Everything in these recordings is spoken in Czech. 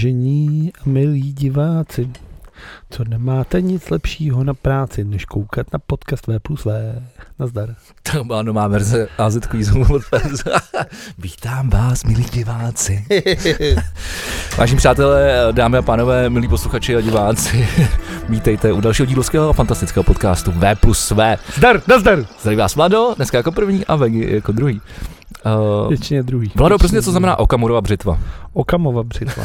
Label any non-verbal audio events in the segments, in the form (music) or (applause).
Vážení a milí diváci, co nemáte nic lepšího na práci, než koukat na podcast V plus V. Nazdar. To byla nová verze AZ Quizu (laughs) od Verze. Vítám vás, milí diváci. Vážení přátelé, dámy a pánové, milí posluchači a diváci, (laughs) vítejte u dalšího dílovského a fantastického podcastu V plus V. Zdar, nazdar. Zdraví vás Vlado, dneska jako první a Vegi jako druhý. Uh, Většině druhý. Vlado, Většině prostě co znamená Okamurova břitva? druhý. Okamova břitva.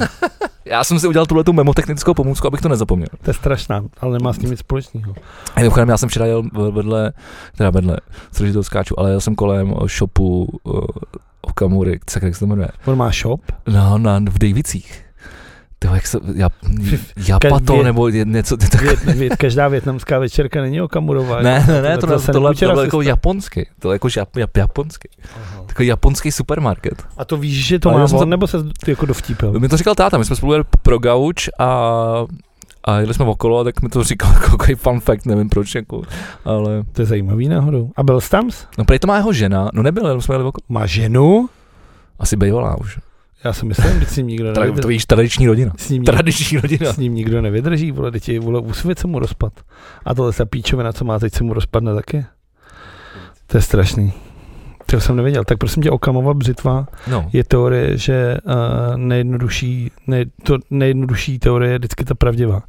Já jsem si udělal tuhle tu memotechnickou pomůcku, abych to nezapomněl. To je strašná, ale nemá s tím nic společného. A Mimochodem, já jsem včera jel vedle, teda vedle, sržitě to skáču, ale jel jsem kolem eh, shopu uh, Okamury, tak jak se to jmenuje. On má shop, No, na, v Davicích. Tyjo, jak se, (laughs) já, Japato Každý- nebo je- něco ty tak... Vět, vět, každá větnamská večerka není Okamurová. Ne, ne, ne, to, tohle tohle, jsem tohle, kučera tohle jako systém. japonský, tohle jako žap, jap, japonský, Aha. takový japonský supermarket. A to víš, že to Ale má já jsem on, za- nebo se ty jako dovtípil? Mi to říkal táta, my jsme spolu jeli pro gauč a, a jeli jsme okolo, a tak mi to říkal jako takový fun fact, nevím proč, jako, ale, To je zajímavý náhodou. A byl jsi tam? s- no prej to má jeho žena, no nebyl, jenom jsme jeli okolo, Má ženu? asi bývalá už, Já si myslím, že s ním nikdo Tra, to nevydrží. víš, tradiční rodina. S ním, Tradiční rodina. s ním nikdo nevydrží, vole, teď je, vole, úsvit se mu rozpad. A tohle ta píčovina, co má, teď se mu rozpadne taky. To je strašný. To jsem nevěděl. Tak prosím tě, Okamova břitva No. je teorie, že uh, nejjednodušší, nej, to nejjednodušší teorie je vždycky ta pravdivá.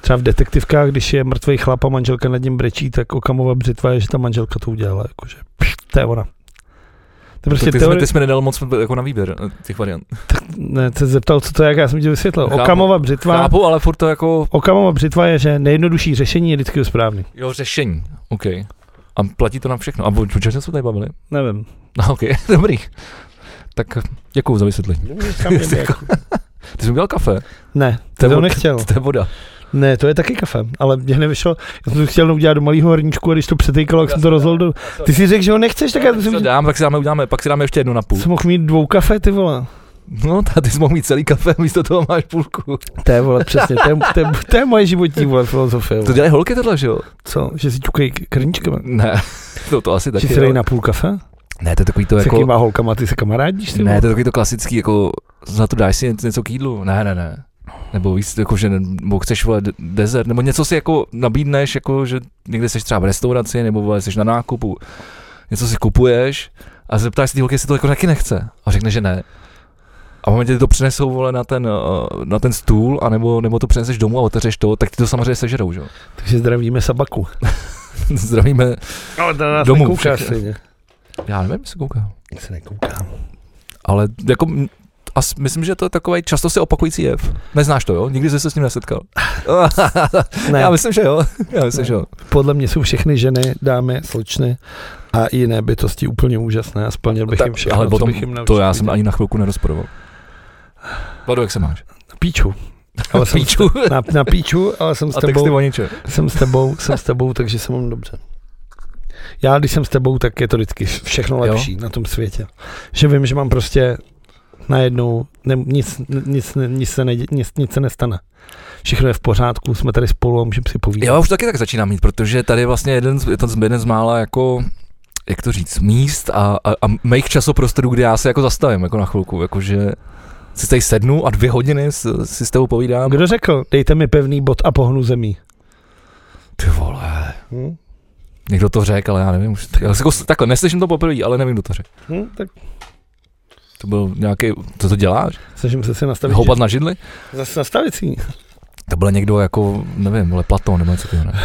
Třeba v detektivkách, když je mrtvý chlap a manželka nad ním brečí, tak Okamova břitva je, že ta manželka to udělala. Jakože, pš, to je ona. To je prostě Prostě ty, teorie, jsme, ty jsme nedal moc jako na výběr eh, těch variant. ne, ty jsi zeptal, co to je, jak já jsem ti vysvětlil. Chápu. Okamova břitva, Chápu, ale furt to jako Okamova břitva je, že nejjednodušší řešení je vždycky to správný. Jo, řešení, OK. A platí to na všechno. A o o čem jsme se tady bavili? (laughs) Nevím. No, OK, (laughs) dobrý. Tak děkuju za vysvětlení. Ty jsi udělal kafe? Ne, To to, je to od- nechtěl. To je voda. Ne, to je taky kafe, ale mě nevyšlo. Já jsem to chtěl udělat do malého horníčku a když to přetýkalo, jak jsem to rozhodl. do- Ty si řekl, že ho nechceš, tak já jsem si To udělal. dám, pak si dáme, uděláme, pak si dáme ještě jednu na půl. Jsem mohl mít dvou kafe, ty vole. No, ta, ty jsi mohl mít celý kafe, (laughs) místo toho máš půlku. To je, vole, přesně, to je, to je, to je moje životní, vole, filozofie. To Vole. dělají holky tohle, že jo? (laughs) Co, že si ťukají krníčkama? Ne, (laughs) to, to asi Že taky. si dají jo. na půl kafe? Ne, to je takový to S jako... jakýma holkama ty se kamarádíš? Ty Ne, vole? to je takový to klasický, jako za to dáš si něco- něco k jídlu. Ne, ne, ne. Nebo víc, jako, že ne- nebo chceš vole de- dezert, nebo něco si jako nabídneš, jako, že někde jsi třeba v restauraci, nebo vole, jsi na nákupu, něco si kupuješ a zeptáš se ty holky, jestli to jako taky nechce. A řekne, že ne. A v momentě, kdy to přinesou vole, na, ten, eh, na ten stůl, anebo, nebo to přineseš domů a otevřeš to, tak ti to samozřejmě sežerou, že? jo? (laughs) Takže zdravíme sabaku. Zdravíme, No, to nás Domů nekouká všechny. stejně. já nevím, jestli kouká. Se nekoukám. Ale jako, m, as, myslím, že to je takový často se opakující jev. Neznáš to, jo? Nikdy jsi se s ním nesetkal. Ne. Já myslím, že jo. Já myslím, Ne. že jo. Podle mě jsou všechny ženy, dámy, slečny a jiné bytosti úplně úžasné a splnil bych Ta- jim všechno, ale potom co bych jim To naučil já jsem být. ani na chvilku nerozporoval. Vlado, jak (laughs) se máš? Píču. Ale jsem Píču. Na, na píču, ale jsem s, A texty tebou, o ničem. jsem s tebou, jsem s tebou, takže jsem mám dobře. Já, když jsem s tebou, tak je to vždycky všechno Jo. lepší na tom světě. Že vím, že mám prostě najednou, ne, nic, nic, nic, se nedě, nic, nic se nestane. Všechno je v pořádku, jsme tady spolu a můžeme si povídat. Já už taky tak začínám mít, protože tady je vlastně jeden z, je to jeden z mála jako jak to říct, míst a, a, a mých časoprostorů, kde já se jako zastavím jako na chvilku, jakože si tady sednu a dvě hodiny s- si s tebou povídám. Kdo řekl, dejte mi pevný bod a pohnu zemí? Ty vole, Hm? někdo to řekl, ale já nevím už. Já se jako, takhle, neslyším to poprvé, ale nevím, kdo to řekl. Hm? Tak To byl nějaký, co to děláš? snažím se si nastavit. Houpat na židli? Zase nastavit si ji. To byl někdo jako, nevím, ale Platon nebo něco takového, ne?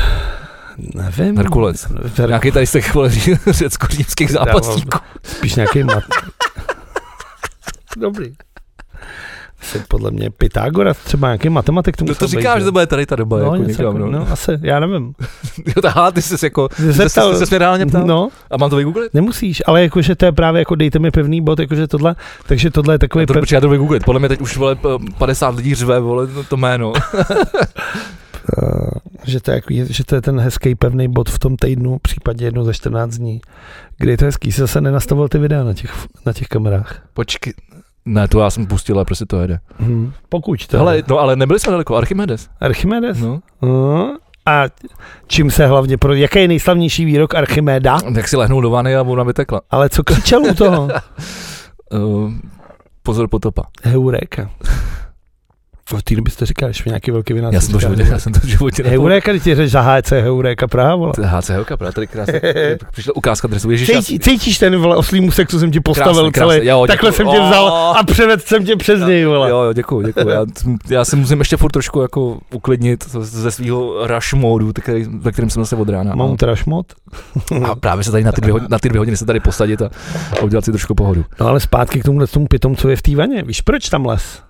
Nevím. Herkulec. Her- Nějaký tady z těch vole, (laughs) ří- řecko-římských Dával- zápasníků. Spíš nějaký mat. Dobrý. Asi podle mě Pythagoras, třeba nějaký matematik. No to musel být, říkáš, že ne? to bude tady ta doba, no, jako něco někam, jako, no. no. asi, já nevím. (laughs) Jo, tahá, ty jsi jako, ty jsi, Zeptal- jsi se mě reálně ptal? No, A mám to vygooglit? nemusíš, ale jakože to je právě jako dejte mi pevný bod, jakože tohle, takže tohle Jako je takový To, pev... počkej, já to budu googlit. Podle mě teď už vole p- 50 lidí řve, vole, to, (laughs) to jméno. eh, že, to je jako, že to je ten hezký pevný bod v tom týdnu, případně jednou za 14 dní, kdy je to hezký. Jsi zase nenastavil ty videa na těch, na těch kamerách. Počkej. Ne, to já jsem pustil, ale prostě to jede. Hm. Pokud to. Hele, Hele, no ale nebyli jsme daleko, Archimedes. Archimedes. No. Hm. A čím se hlavně pro... Jaký je nejslavnější výrok Archimeda? Tak si lehnul do vany a ona vytekla. Ale co křičel u toho? Uh, Eh, pozor potopa. Heureka. v té době jste říkal, že v nějaký velký vinař. Já jsem to v životě, já jsem to v životě Heuréka, když ti řeš za HC Heuréka Praha, vole. To je HC Helka, právě (laughs) tady krásně přišla ukázka dresu. Ježiš, já Cítí, cítíš ten vole, oslý musek, co jsem ti postavil Krásný, krásný. celý. Jo, děkuju. Takhle jsem tě vzal Oh. a převedl jsem tě přes něj, vole. Jo, jo, děkuji, děkuji. Já, já se musím ještě furt trošku jako uklidnit ze svého rush modu, který- ve kterém jsem zase od rána. Mám teda šmot. No. A právě se tady na ty dvě, hod- na ty dvě hodiny se tady posadit a, a udělat si trošku pohodu. No ale zpátky k tomu, tomu pitomcu je v té vaně. Víš, proč tam les?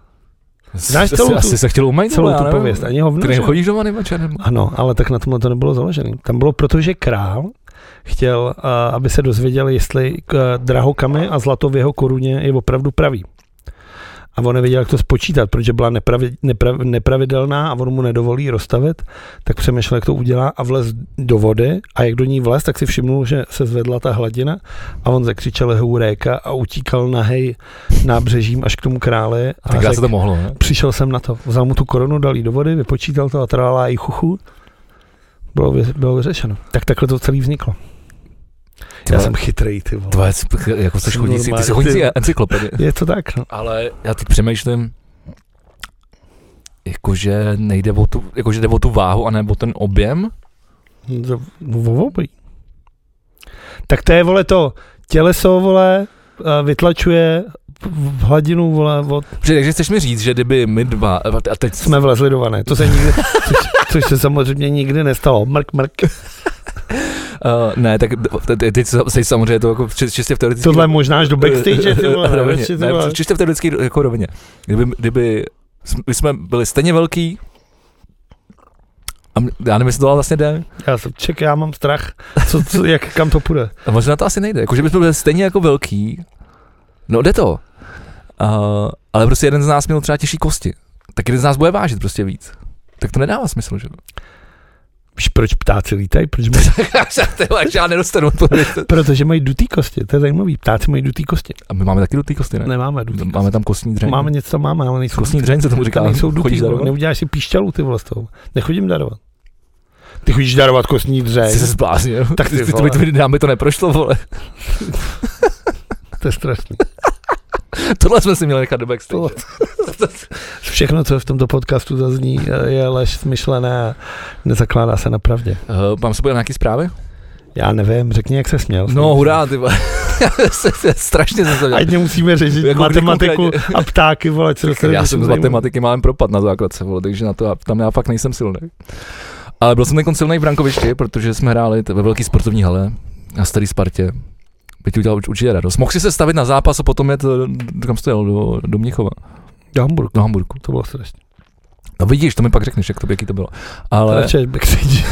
Znáš Asi- celou tu- asi se chtěl umýt, Celou vole, já tu nevím. pověst. Ani hovno, Ty že? nechodíš doma večer? nebo- Ano, ale tak na tomhle to nebylo založené. Tam bylo, protože král chtěl, a, aby se dozvěděl, jestli k, drahokamy a zlato v jeho koruně je opravdu pravý. A on nevěděl, jak to spočítat, protože byla nepravi, neprav, nepravidelná a on mu nedovolí rozstavit, tak přemýšlel, jak to udělá a vlez do vody a jak do ní vlez, tak si všimnul, že se zvedla ta hladina a on zakřičel heuréka a utíkal nahej nábřežím až k tomu králi. A Tak já se řekl, to mohlo, ne? Přišel jsem na to. Vzal mu tu korunu, dal jí do vody, vypočítal to a trala i chuchu. Bylo, vy, bylo vyřešeno. Tak takhle to celý vzniklo. Já vole. jsem chytrej, ty vole. Tvoje, jako jsi Jsem chodící, ty normální, jsi ty chodící vole. encyklopedie. Je to tak, no. Ale já teď přemýšlím, jakože nejde o tu, jakože jde o tu váhu a ne o ten objem. To- no, o obojí. Tak to je, vole, to těleso, vole, eh, vytlačuje v hladinu, vole, od, Protože, takže chceš mi říct, že kdyby my dva, a teď jsme vlezli do vany. To se nikdy, což, což, se samozřejmě nikdy nestalo. Mrk, mrk. Uh, ne, tak te- te- teď, se- teď samozřejmě to jako či- čistě v teoretické Tohle možná až do backstage, ty vole, eh, rovině. radši, ty Ne, vole. čistě v teoretické jako rovině. Kdyby, kdyby jsme- my jsme byli stejně velký, a m- já nevím, jestli to ale vlastně jde. Já jsem čekal, já mám strach, co, co, jak, kam to půjde. A možná to asi nejde. Jako, že bychom byli stejně jako velký. No, jde to. Uh, ale prostě jeden z nás měl třeba těžší kosti. Tak jeden z nás bude vážit prostě víc. Tak to nedává smysl, (laughs) že? Víš, proč ptáci lítají? Proč mají Ty vole, já nedostanu odpověď. Protože mají dutý kosti, to je zajímavý. Ptáci mají dutý kosti. A my máme taky dutý kosti, ne? No, Nemáme dutý Máme tam kostní kosti. dřeň. Máme něco, máme, ale nejsou Kostní dřeň se tomu říká. dutý. Nejsou dutý, Chodíš vole. darovat? neuděláš si píšťalu ty vole z toho. Nechodím darovat. Ty chodíš darovat kostní Jsi dřeň, se (laughs) zbláznil. Tak ty Ty- ty- vole. ty- ty- Nám by to neprošlo, vole. (laughs) (laughs) to je strašný. Tohle jsme si měli nechat do backstage. To- Všechno, co v tomto podcastu zazní, je lež smyšlené a nezakládá se na pravdě. Eh, Mám se bude nějaký zprávy? Já nevím, řekni, jak se směl. No, hurá, ty vole. (laughs) Já se- se- Strašně jsem se Ať nemusíme řešit Jako jako kdy matematiku konkrétně? a ptáky, vole, co se Já to jsem z zajímá. matematiky mám propad na základce, vole, takže na to já- tam já fakt nejsem silný. Ale byl jsem ten silný v Brankovišti, protože jsme hráli t- ve velký sportovní hale na Starý Spartě. By ti udělal urč- určitě radost. Mohl jsi se stavit na zápas a potom jet, eh, kam jsi to jel, do, do Mnichova, Do Hamburgu. do Hamburku. To bylo strašně. No vidíš, to mi pak řekneš, jak to, jaký to bylo. Ale... Ale backstage.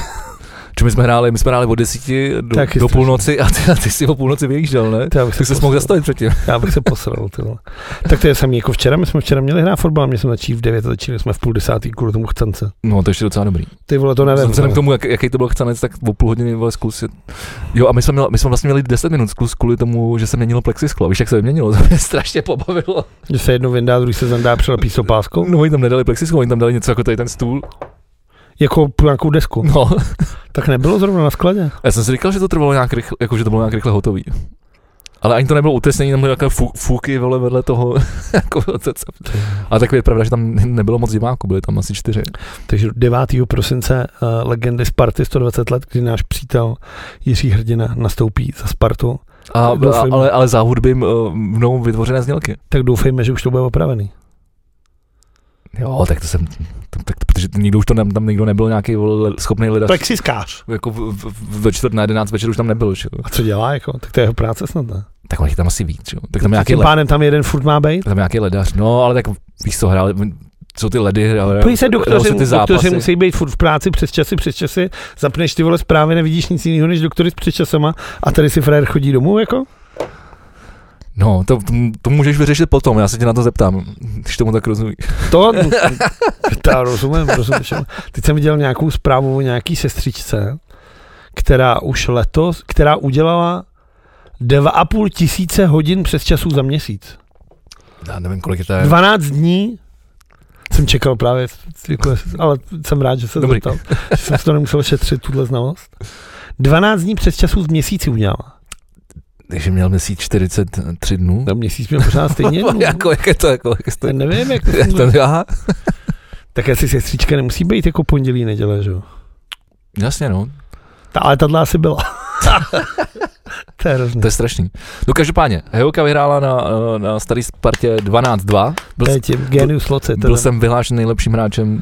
čo my jsme hráli, my jsme hráli od desíti do, Taky do strašný. půlnoci a ty, a ty si o půlnoci vyjížděl, ne? To (laughs) já bych Tak se postavil. mohl zastavit předtím. Já bych se posral, ty vole. Tak to je samý jako včera, my jsme včera měli hrát fotbal, mě jsme začali v 9 a začali jsme v půl desátý kvůli tomu chcence. No, to ještě docela dobrý. Ty vole, to nevím. no. Vzhledem vole. k tomu, jak, jaký to byl chcanec, tak o půl hodiny vole zkus. Jo, a my jsme, měli, my jsme vlastně měli 10 minut zkus kvůli tomu, že se měnilo plexisklo. Víš, jak se vyměnilo? (laughs) To mě strašně pobavilo. Že se jedno vyndá, druhý se zandá, přelepí s opáskou. No, oni tam nedali plexisklo, oni tam dali něco jako tady ten stůl. Jako p- nějakou desku. No, Tak nebylo zrovna na skladě. já jsem si říkal, že to trvalo nějak rychle, jako, že to bylo nějak rychle hotový. Ale ani to nebylo utesnění, tam byly takové fu, fuky vole, vedle toho. (laughs) jako, to, co- ale tak je pravda, že tam nebylo moc diváků, byly tam asi čtyři. Takže 9. prosince uh, legendy Sparty 120 let, kdy náš přítel Jiří Hrdina nastoupí za Spartu, A, a, Doufejme. ale, ale za hudby eh, mnou vytvořené znělky. tak doufejme, že už to bude opravený. Jo, tak to jsem, to, tak, protože nikdo už to tam, tam nikdo nebyl nějaký vole, schopný lidar. Plexiskář. jako v, v, v, ve čtvrt na jedenáct večer už tam nebyl, že? jo. A co dělá, jako? Tak to je jeho práce snad, ne? Tak on jich tam asi víc, že? jo. Tak tam nějaký, Tím le, pádem tam jeden furt má být? tam nějaký ledař, no ale tak víš co, hráli, co ty ledy hráli. Pojď se hrajou doktoři, se ty doktoři zápasy. musí být furt v práci přes časy, přes časy, zapneš ty vole zprávy, nevidíš nic jiného než doktory s přečasama a tady si frajer chodí domů jako? No, to, to, to, můžeš vyřešit potom, já se tě na to zeptám, když tomu tak rozumíš. To, (laughs) to rozumím, rozumím. všemu. Teď jsem viděl nějakou zprávu o nějaký sestřičce, která už letos, která udělala 2,5 tisíce hodin přes časů za měsíc. Já nevím, kolik je to je. 12 dní jsem čekal právě, jako- ale jsem rád, že se Dobrý. zeptal, že jsem si to nemusel šetřit, tuhle znalost. 12 dní přes časů z měsíci udělala. Takže měl měsíc 43 dnů. No měsíc měl pořád stejně. (laughs) jako, jak je to, jako, jak je to, Já nevím, jak to jak funguje. to, aha. Tak asi sestřička nemusí být jako pondělí, neděle, že jo? Jasně, no. Ta, ale tahle asi byla. to je hrozný. To je strašný. No každopádně, Hejoka vyhrála na, eh, na starý Spartě 12-2. Byl, To je tím genius loci. byl Teda. jsem vyhlášen nejlepším hráčem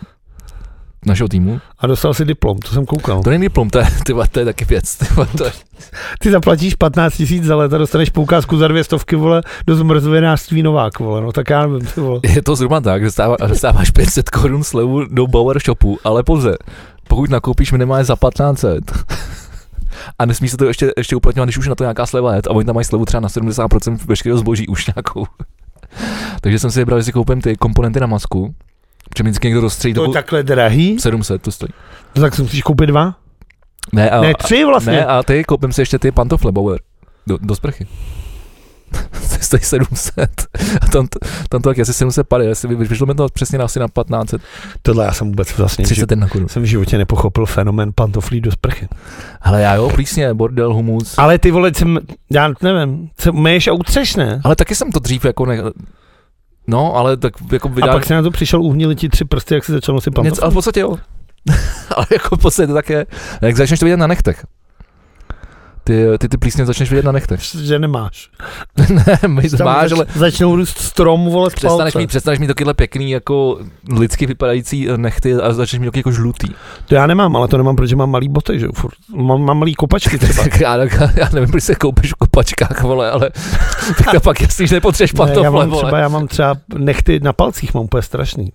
našeho týmu. A dostal si diplom, to jsem koukal. To není plum, to je, ty vole, to je taky věc. Ty vole, to je, Ty zaplatíš 15 tisíc za let a dostaneš poukázku za dvě stovky, vole, do zmrzlinářství Novák, vole, no tak já nevím, ty vole. je to zhruba tak, že dostává, dostáváš 500 korun slevu do Bauer Shopu, ale pouze, pokud nakoupíš minimálně za 1500. A nesmí se to ještě, ještě uplatňovat, když už na to nějaká sleva je, a oni tam mají slevu třeba na 70% veškerého zboží už nějakou. (laughs) Takže jsem si vybral, že si koupím ty komponenty na masku, protože mi vždycky někdo rozstřelí To je dobu- takhle drahý, 700 to stojí. no, tak si musíš koupit dva? Ne, a, Ne, tři vlastně. ne, a ty koupím si ještě ty pantofle Bauer. Do, do sprchy. (laughs) Ty stojí 700. A tam, to- tam to tak asi 750. Jestli vy- vyšlo mi to přesně na asi na 1500. Tohle já jsem vůbec vlastně, že 31 korun. jsem v životě nepochopil fenomén pantoflí do sprchy. Hele, já jo, plísně, bordel, humus. Ale ty vole, jsem, já nevím, se myješ a utřeš, ne? Ale taky jsem to dřív jako ne... No, ale tak jako A vydal... pak se na to přišel, uhnili ti tři prsty, jak si začal nosit něco, ale v pantoflí. podstatě jo. (laughs) ale jako v podstatě to tak je. Jak začneš to vidět na nechtech. Ty, ty, ty plísně začneš vidět na nechtech. (laughs) Že nemáš. ne, my Tam máš, zač- ale Začnou růst strom, vole, z Přestaneš palce. mít, přestaneš mít takyhle pěkný, jako lidsky vypadající eh, nechty a začneš mít taky jako žlutý. To já nemám, ale to nemám, protože mám malý boty, že jo, furt. Mám, mám malý kopačky (laughs) třeba. (laughs) Tak já, já nevím, proč se koupíš v kopačkách, vole, ale (laughs) tak to pak jasný, že nepotřebuješ Ne, já, pantofle, mám vole. třeba, já mám třeba nechty na palcích, mám úplně strašný.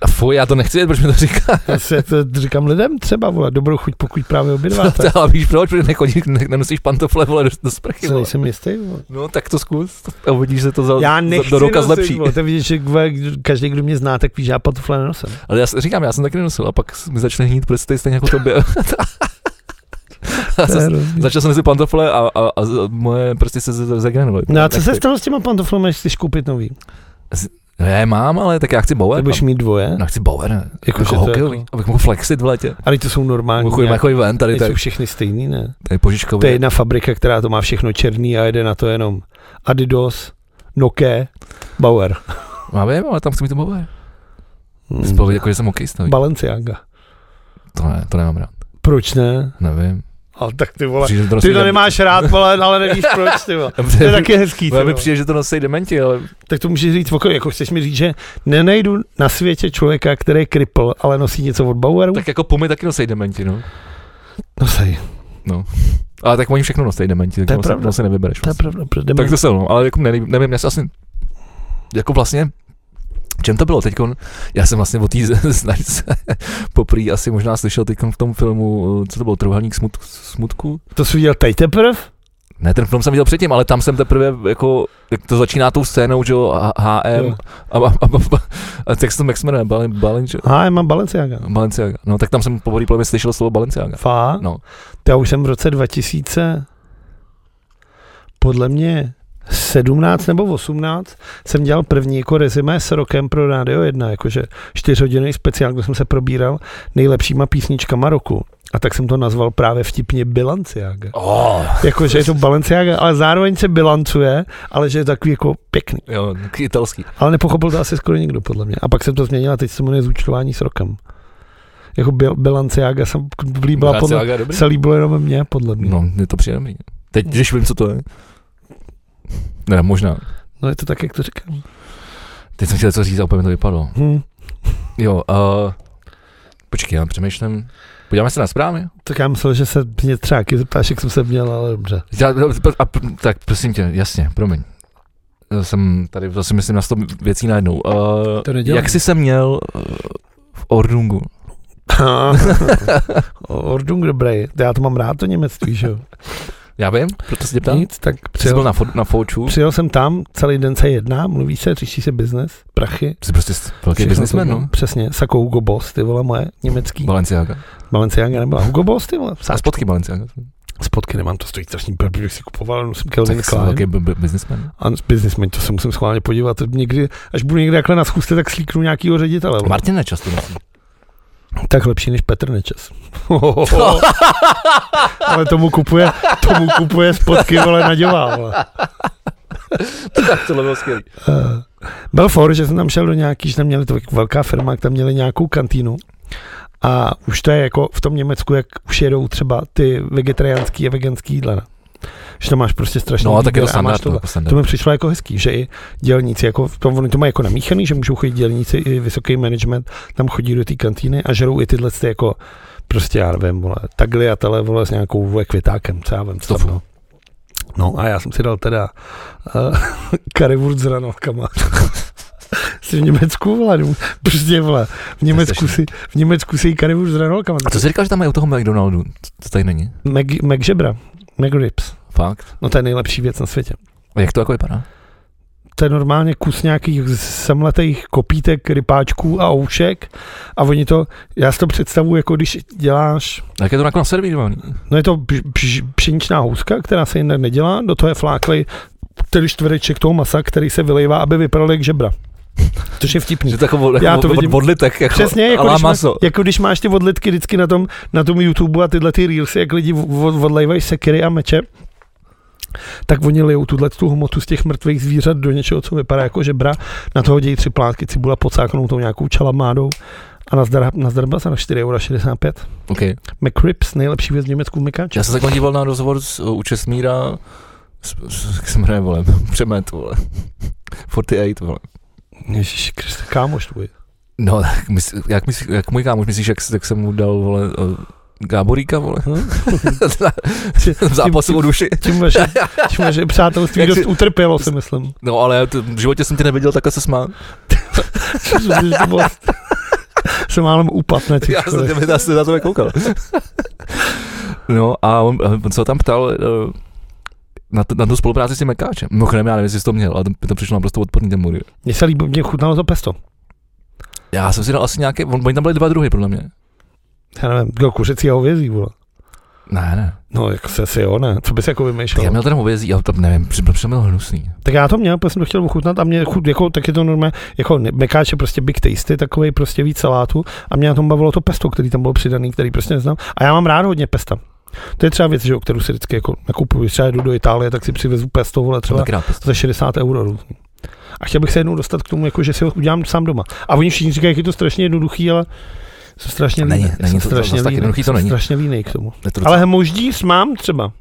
A Fuj, já to nechci vědět, proč mi to říká. Já se to říkám lidem třeba, vole, dobrou chuť, pokud právě (laughs) obědváte. Ale víš proč, protože nechodí, ne, nenosíš pantofle, vole, do, do sprchy, Se vole. nejsem jistý, vole. No, tak to zkus a uvidíš, že to za, Já za, nechci do roka nosit, zlepší. Vole, to vidíš, že vole, každý, kdo mě zná, tak ví, že já pantofle nenosím. Ale já s- říkám, já jsem taky nenosil a pak mi začaly hnít prsty stejně jako (laughs) tobě. a To je zas, hrozný. začal jsem nosit pantofle a, a, a z- moje prsty se z- zregenerovaly. No a co se Nechty. stalo s těma pantoflami, jestli chceš koupit nový? Ne, mám, ale tak No já chci Bauer. Ty budeš mít dvoje? No, chci Bauer, ne? Jako, Jako, že to jako hokejový, jako- abych mohl flexit v létě. Ale to jsou normální. Mimochodem, nějak- jako i ven, tady Nejsou tady, všechny stejný, ne? tady To je požičkově. jedna fabrika, která to má všechno černý a jede na to jenom Adidas, Nokia, Bauer. Já vím, ale tam chci mít to Bauer. Hmm. Zbaví, jako, že jsem hokejista. víš. Balenciaga. To ne, to nemám rád. Proč ne? Nevím. Ale tak ty vole, Přijde, ty že to nosí- (laughs) nemáš rád, vole, ale nevíš proč, ty vole. To je taky hezký, ty Ale mi vole. přijde, že to nosí dementi, ale Tak to můžeš říct, okolí, jako chceš mi říct, že nenajdu na světě člověka, který je kripl, ale nosí něco od Baueru? Tak. tak jako pumy taky nosí dementi, no. Nosej, Ale tak oni všechno nosí dementi, To je tak to, pravda. to se nevybereš. to je vlastně. pravda, protože jdeme- Tak to se, no, ale jako nevím, nevím, já se asi, jako vlastně, v čem to bylo teď? Já jsem vlastně o té (laughs) značce poprý asi možná slyšel teď v tom filmu, co to bylo, Trojuhelník smut, smutku? to jsi viděl teď teprv? Ne, ten film jsem viděl předtím, ale tam jsem teprve, jako, jak to začíná tou scénou, že jo, H- HM, Jo. a, a, a, a, a, a tak se to, jak se jmenuje, Balen, Balen, A já mám Balenciaga. Balenciaga, no tak tam jsem poprvé podle mě slyšel slovo Balenciaga. Fá? No. To já už jsem v roce 2000, podle mě 17 nebo 18, jsem dělal první jako rezime s rokem pro Radio 1, jakože čtyřhodinový speciál, kde jsem se probíral nejlepšíma písničkama roku. A tak jsem to nazval právě vtipně Bilanciaga. Oh. Jakože Jako, je to Balenciaga, ale zároveň se bilancuje, ale že je takový jako pěkný. Jo, k- italský. Ale nepochopil to asi skoro nikdo, podle mě. A pak jsem to změnil a teď se jmenuje zúčtování s rokem. Jako bil, Bilanciaga jsem líbila, podle, Balenciaga je dobrý. se líbilo jenom mě, podle mě. No, je to přijde dobrý. Teď, když vím, co to je. Ne, možná. No je to tak, jak to říkám. Teď jsem chtěl co říct a úplně mi to vypadlo. Hm. Jo, uh, počkej, já přemýšlím. Podíváme se na zprávy? Tak já myslel, že se mě třeba taky zeptáš, jak jsem se měl, ale (laughs) dobře. Já, a, pr- tak prosím tě, jasně, promiň. Já jsem tady zase myslím na 100 věcí najednou. Uh, To nedělej. jak jsi se měl uh, v (laughs) Ordungu? Ordung dobrý, já to mám rád, to němectví, že jo. Já vím, proto se tě (laughs) ptám. Nic, tak Jsi byl přijel, na, fo- na Fouču, přijel jsem tam, celý den se jedná, mluví se, řeší se biznes, prachy. jsi prostě s- velký Všechno businessman, to bylo. no? Přesně, Sako Hugo Boss, ty vole moje, německý. Balenciaga. Balenciaga nebyla Hugo Boss, ty vole. A spotky Balenciaga. Spotky nemám, to stojí strašný blbý, bych si kupoval, ale musím Calvin Tak jsi velký Klein. bu- bu- businessman. A businessman, to se musím schválně podívat. Někdy, až budu někde takhle na schůzce, tak slíknu nějakýho ředitele. vole. Martin nečasto (laughs) nosí. Tak lepší než Petr (laughs) Nečes. Ale tomu kupuje, tomu kupuje spotky, vole, na děvá, vole. tak tohle bylo skvělý. Eh, Byl for, že jsem tam šel do nějaký, že tam měli to velká firma, jak tam měli nějakou kantýnu. A už to je jako v tom Německu, jak už jedou třeba ty vegetariánský a veganský jídla. ne? Že tam máš prostě strašně No a tak je to máš standard. tohle. No, standard. To mi přišlo jako hezký, že i dělníci, jako v tom, oni to mají jako namíchaný, že můžou chodit dělníci i vysoký management, tam chodí do té kantýny a žerou i tyhle ty jako prostě já nevím, vole, tagliatele, vole, s nějakou vole, květákem, co já vím, co tam, Tofu. no. no. a já jsem si dal teda uh, (laughs) currywurst s hranolkama. (laughs) Jsi v Německu, vole, nebo- prostě, vole, v Německu si, v Německu si jí currywurst s hranolkama. A co jsi říkal, že tam mají u toho McDonaldu? To tady není. Mac, Mac žebra, Mac ribs. Fakt. No to je nejlepší věc na světě. A jak to jako vypadá? to je normálně kus nějakých semletých kopítek, rypáčků a oušek a oni to, já si to představuji, jako když děláš, A jak je to jako nakonec servírovaný? no je to pš- pš- pšeničná houska, která se jinak nedělá, do toho je fláklej tedy čtvereček toho masa, který se vylejvá, aby vypadal jak žebra. (laughs) Což je vtipný. Že to jako, Já jako to vidím. Odlitek, jako Přesně, jako ala když, má, maso. jako když máš ty odlitky vždycky na tom, na tom YouTube a tyhle ty reelsy, jak lidi v- od- odlejvají sekiry a meče, tak oni lijou tuhle tu hmotu z těch mrtvých zvířat do něčeho, co vypadá jako žebra, na toho dějí tři plátky cibule pocáknou tou nějakou čalamádou a nazdar, nazdar byla se na 4,65 euro. Okay. McRibs, nejlepší věc v Německu v Mikáče. Já jsem se takhle díval na rozhovor s, uh, u Česmíra, s, s, jak se jmenuje, vole, (laughs) Přemet, vole. 48, vole. Ježíš Kriste, kámoš tvůj. No, tak mysl, jak, mysl, jak můj kámoš, myslíš, jak, s- jak jsem mu dal, vole, uh, Gáboríka, (laughs) vole, Hm? v zápasu o duši. Tím vaše, tím vaše přátelství Jak dost si- utrpělo, si myslím. No, ale já to, v životě jsem tě neviděl takhle se smát. Že to bylo- (laughs) Jsem málem upadl na těch Já jsem schodech. tě, já jsem na to nekoukal. no a on, on se ho tam ptal eh, na, t- na tu spolupráci s tím Mekáčem. Mimochodem, já nevím, jestli jsi to měl, ale to, to přišlo naprosto odporný ten burger. Mně se líbí, mě chutnalo to pesto. Já jsem si dal asi nějaké, on, oni tam byly dva druhy, podle mě. Já nevím, jo, kuřecí a hovězí, vole. Ne, ne. No, jako se si jo, ne, co bys jako vymýšlel. Tak já měl ten hovězí, ale tam nevím, při- byl přemil hnusný. Tak já to měl, protože jsem to chtěl ochutnat a mě chut, jako, tak je to normálně, jako ne- mekáč je prostě big tasty, takový prostě víc salátu a mě na tom bavilo to pesto, který tam bylo přidaný, který prostě neznám. A já mám rád hodně pesta. To je třeba věc, že, jo, kterou si vždycky jako nakupuju. Když třeba jdu do Itálie, tak si přivezu pesto, vole, Jsem třeba taky prostě. rád pesto. za 60 euro různý. A chtěl bych se jednou dostat k tomu, jako, že si ho udělám sám doma. A oni všichni říkají, jak je to strašně jednoduchý, ale jsem strašně Není, líný. není Jsem to- to zas strašně tak líný. jednoduchý to Jsem není. strašně líný k tomu. Je to docela- Ale moždíš mám třeba.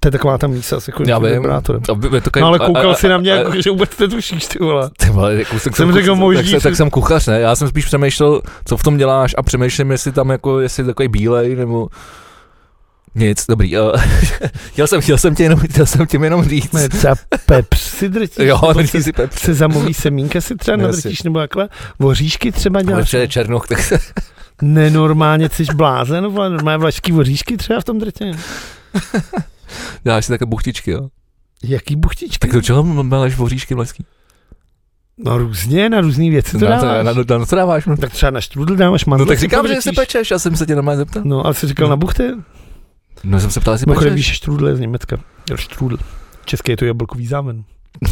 To je taková ta mísa s jako Já tím vím. vibrátorem. A by- by to kaj- No ale a- a- koukal a- si na mě, a- jako, že vůbec netušíš, ty vole. Ty vole, jako jsem, Jsem řekl, tak, moždí jsem, si- tak jsem kuchař, ne? Já jsem spíš přemýšlel, co v tom děláš a přemýšlím, jestli tam jako, jestli takový bílej nebo nic, dobrý. Uh, (laughs) chtěl, jsem, chtěl, jsem tě jenom, chtěl jsem tě jenom říct. Ne, třeba pepř si drtíš. (laughs) jo, nebo drtí se, si pepř. se zamoví semínka si třeba Ne, nadrtíš, nebo takhle. Voříšky třeba Ale děláš. přijde černoch, tak (laughs) Nenormálně jsi blázen, vole, normálně vlašský voříšky třeba v tom drtě. děláš si takové buchtičky, jo. Jaký buchtičky? Tak do čeho meleš voříšky mleský? No různě, na různý věci to Na, na, dáváš. na, na, na, co dáváš? No, Tak třeba na štrudl dáváš no mandle. tak si říkám, že si podrtíš. pečeš, já jsem se tě normálně zeptal. No, ale jsi říkal No. na buchty? No jsem se ptal, jestli Mimochodem pečeš. víš, štrudl je z Německa. Štrudl. Český je to jablkový zámen.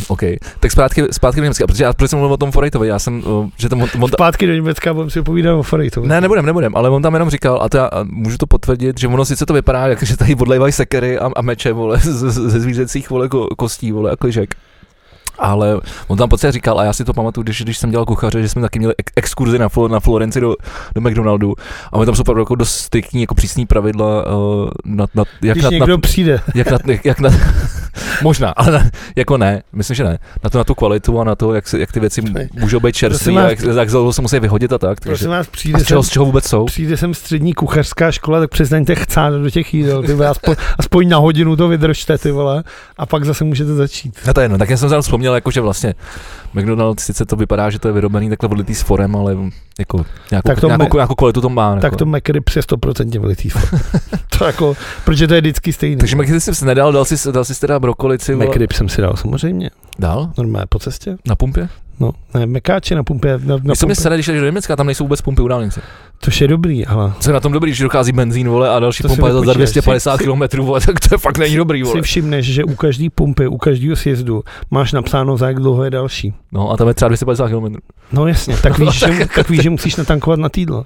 OK, tak zpátky, zpátky v Německu, protože já protože jsem mluvil o tom Forejtovi, já jsem, uh, že tam on, on, Zpátky do Německa, budeme si povídat o Forejtovi. Ne, nebudem, nebudem, ale on tam jenom říkal, a to já a můžu to potvrdit, že ono sice to vypadá, jak, že tady odlévají sekery a, a meče, vole, (laughs) z- z- ze zvířecích, vole, ko, kostí, vole, a kližek. Ale on tam pocit říkal, a já si to pamatuju, když, když jsem dělal kuchaře, že jsme taky měli ek- exkurzi na, Flo, na Florenci do, do McDonaldu a my tam jsou opravdu jako dost striktní, jako přísní pravidla, uh, na, na, jak, Když na, někdo na, přijde, jak, na, (laughs) jak na, možná, ale na, jako ne, myslím, že ne, na to, na tu kvalitu a na to, jak, se, jak ty věci můžou být čerstvé a vás- jak, jak dlouho se musí vyhodit a tak. Takže, prosím vás, a přijde z čeho, sem, z čeho vůbec jsou? přijde sem střední kuchařská škola, tak přestaňte chcát do těch jídel, ty vole, (laughs) aspoň, aspoň na hodinu to vydržte, ty vole, a pak zase můžete začít. No to je jedno, tak já jsem se tam vzpomněl, jako, že vlastně McDonald's sice to vypadá, že to je vyrobený takhle odlitý s forem, ale jako nějakou, Tak to nějakou, me- nějakou kvalitu to má. Tak jako. to McRib je 100% velitý. (laughs) to jako, protože to je vždycky stejný. Takže McDonald's jsi si nedal, dal si, dal si teda brokolici. vole. McRib jsem si dal samozřejmě, Dal? normálně po cestě. Na pumpě? No, ne, mekáče na pumpě, na, na Víš, co mě pumpě sere, když jdeš do Německa, tam nejsou vůbec pumpy u dálnice. což je dobrý, ale Co je na tom dobrý, že dochází benzín, vole, a další To si pumpa je za- za nepočítáš, 250 si- km, vole, tak to je fakt není dobrý, vole. si všimneš, že u každý pumpy, u každého sjezdu máš napsáno, za jak dlouho je další. No a tam je třeba 250 km. (laughs) No jasně, tak víš, že, tak víš, že musíš natankovat na týdlo.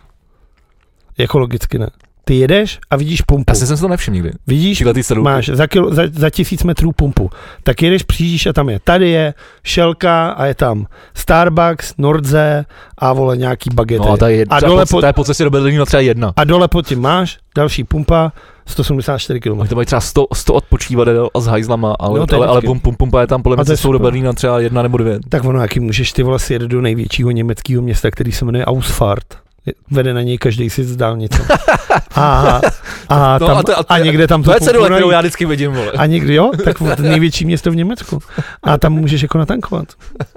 Jako logicky ne. Ty jedeš a vidíš pumpu. Asi jsem si to nevšiml nikdy. Vidíš, Tyhle ty sedlůky. máš za, kilo, za, za tisíc metrů pumpu. Tak jedeš, přijíždíš a tam je. Tady je Šelka a je tam Starbucks, Nordze a vole nějaký bagety. No a ta je, A a dole dole po, pod- ta je po cestě do Berlína třeba jedna. a dole pod tím máš další pumpa 174 km. Oni to mají třeba 100, 100 odpočívadel a s hajzlama, ale, No, no, to je ale, ale vždycky. pum, pum, pumpa je tam A podle mě to je cestou do super. Berlína třeba jedna nebo dvě. Tak ono, jaký můžeš ty vole sjet do největšího německého města, který se jmenuje Ausfahrt. Je- Vede na něj každý si z (laughs) dálnice. A, a, No, tam, a to- a, a to je- někde tam To tu je pumpu cedule, kterou najít. já vždycky vidím, vole. A někdy jo, tak v- největší město v Německu. A tam můžeš jako natankovat.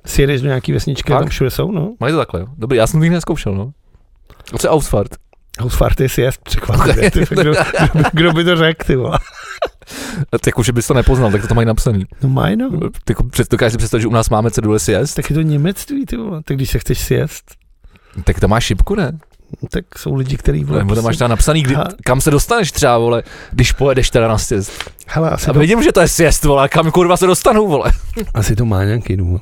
Sjedeš do nějaký vesničky, a Fakt? tam všude jsou, no. Mají to takhle, jo. Dobrý, já jsem to nikdy neskoušel, no. A Co je Ausfahrt? Hausfahrt je siest, (laughs) překvapivě. ty, kdo, (laughs) kdo, by- kdo, by to řekl, ty vole. A ty Jako, že bys to nepoznal, tak to tam mají napsaný. No mají, no. Ty jako před- dokážeš si představit, že u nás máme cedule siest, Tak je to němectví, ty vole. Tak když se chceš siest, tak tam máš šipku, ne? tak jsou lidi, kteří vole. Nebo tam máš prostě- třeba napsaný, kdy, A- kam se dostaneš třeba, vole, když pojedeš teda na siest. Hele, asi A to, vidím, že to je siest, vole, a kam kurva se dostanu, vole. asi to má nějaký důvod.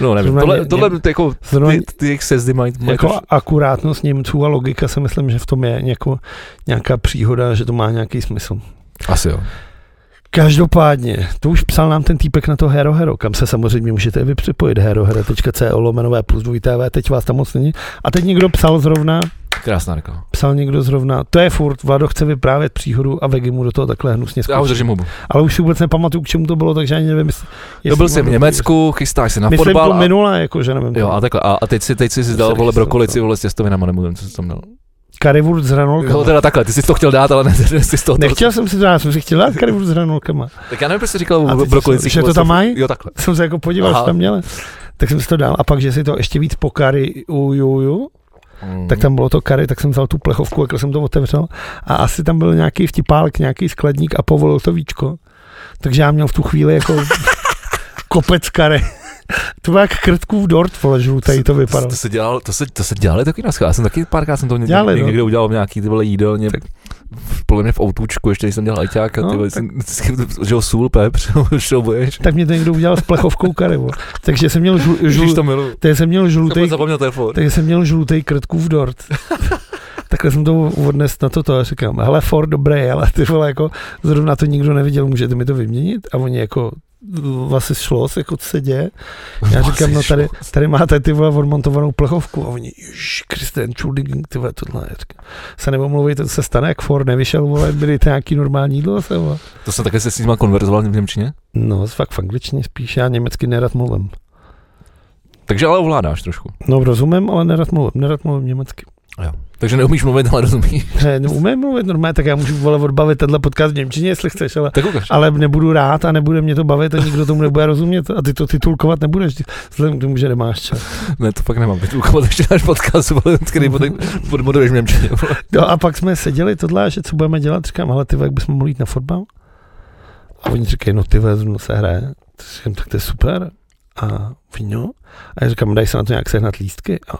No nevím, Zrovna tohle, mě- tohle jako, Zrovna ty, ty jejich sjezdy mají, mají jako troš- akurátnost Němců a logika si myslím, že v tom je jako nějaká příhoda, že to má nějaký smysl. asi jo. Každopádně, to už psal nám ten týpek na to Hero Hero, kam se samozřejmě můžete i vy připojit, herohero.co lomenové plus 2 TV, teď vás tam moc není. A teď někdo psal zrovna, Krásná reklama. psal někdo zrovna, to je furt, Vlado chce vyprávět příhodu a Vegi mu do toho takhle hnusně Já ho skočí. držím hubu. Ale už si vůbec nepamatuju, k čemu to bylo, takže ani nevím, jestli... jestli Byl jsi v mám- Německu, chystáš se na Myslím fotbal. to a- minule, jako, že nevím. Jo, a takhle. A, a teď si, teď si To si se dal taky vole stalo, brokolici, co? vole s těstovinama, nebo nevím, co jsi tam dal. Currywurst s hranolkama. No teda takhle, ty jsi to chtěl dát, ale ne, ne jsi to. Nechtěl jsem si to, já jsem si chtěl dát currywurst s hranolkama. Tak já nevím, proč A jsi říkal ty o jsi- brokolici. že to tam mají? Jo, takhle. (laughs) jsem se jako podíval, Aha. co tam měli. Tak jsem si to dal a pak, že si to ještě víc po kary u ju, ju, Mm. tak tam bylo to kary, tak jsem vzal tu plechovku, jako jsem to otevřel a asi tam byl nějaký vtipálek, nějaký skladník a povolil to víčko. Takže já měl v tu chvíli (laughs) jako kopec kary. to bylo jak krtkův dort, vole, žlutej to vypadalo. To, se dělalo, to, se, to se dělali taky na schvál. Já jsem taky párkrát jsem to někde, Dělali, dělali, no. někde udělal v nějaký ty vole jídelně. Tak. v- Podle mě v outučku, ještě když jsem dělal ajťáka, No, ty vole, tak- jsem, (laughs) že jo, sůl, pepř, šroubuješ. Tak mě to někdo udělal s plechovkou kary, vole. Takže jsem měl, žlu, Ježíš žlu, to milu. takže jsem měl žlutej, Zapomněl telefon. takže jsem měl žlutej krtkův dort. Takhle jsem to odnes na toto a říkám, hele Ford dobré, ale ty vole jako zrovna to nikdo neviděl, můžete mi to vyměnit? A oni jako vlastně šlo, jako co se děje. Já říkám, no tady, tady máte ty vole odmontovanou plechovku a oni, ježiš, Kristen Čudiging, ty vole, tohle. Já říkám, se neomlouvejte, to se stane, jak Ford nevyšel, vole, byli to nějaký normální jídlo zase, vole. To jsem také se s nima konverzoval v Němčině. No, fakt v angličtině spíš, já německy nerad mluvím. Takže ale ovládáš trošku. No, rozumím, ale nerad mluvím, nerad mluvím německy. Takže neumíš mluvit, ale rozumíš. Ne, no, umím mluvit normálně, tak já můžu vole odbavit tenhle podcast v Němčině, jestli chceš, ale (laughs) Tak ukáž. ale nebudu rád a nebude mě to bavit a nikdo tomu nebude rozumět a ty to titulkovat nebudeš, ty- vzhledem k tomu, že nemáš čas. Ne, to fakt nemám. Teď ukovat ještě náš podcast, vole, který potom podmoderuješ v Němčině. vole. No a pak jsme seděli tohle, že co budeme dělat, říkám, hele, ty vole, jak bychom mohli jít na fotbal? A oni říkají, no ty vole, zrovna se hraje. Tak Říkám, tak to je super. A oni, no. A já říkám, dají se na to nějak sehnat lístky? A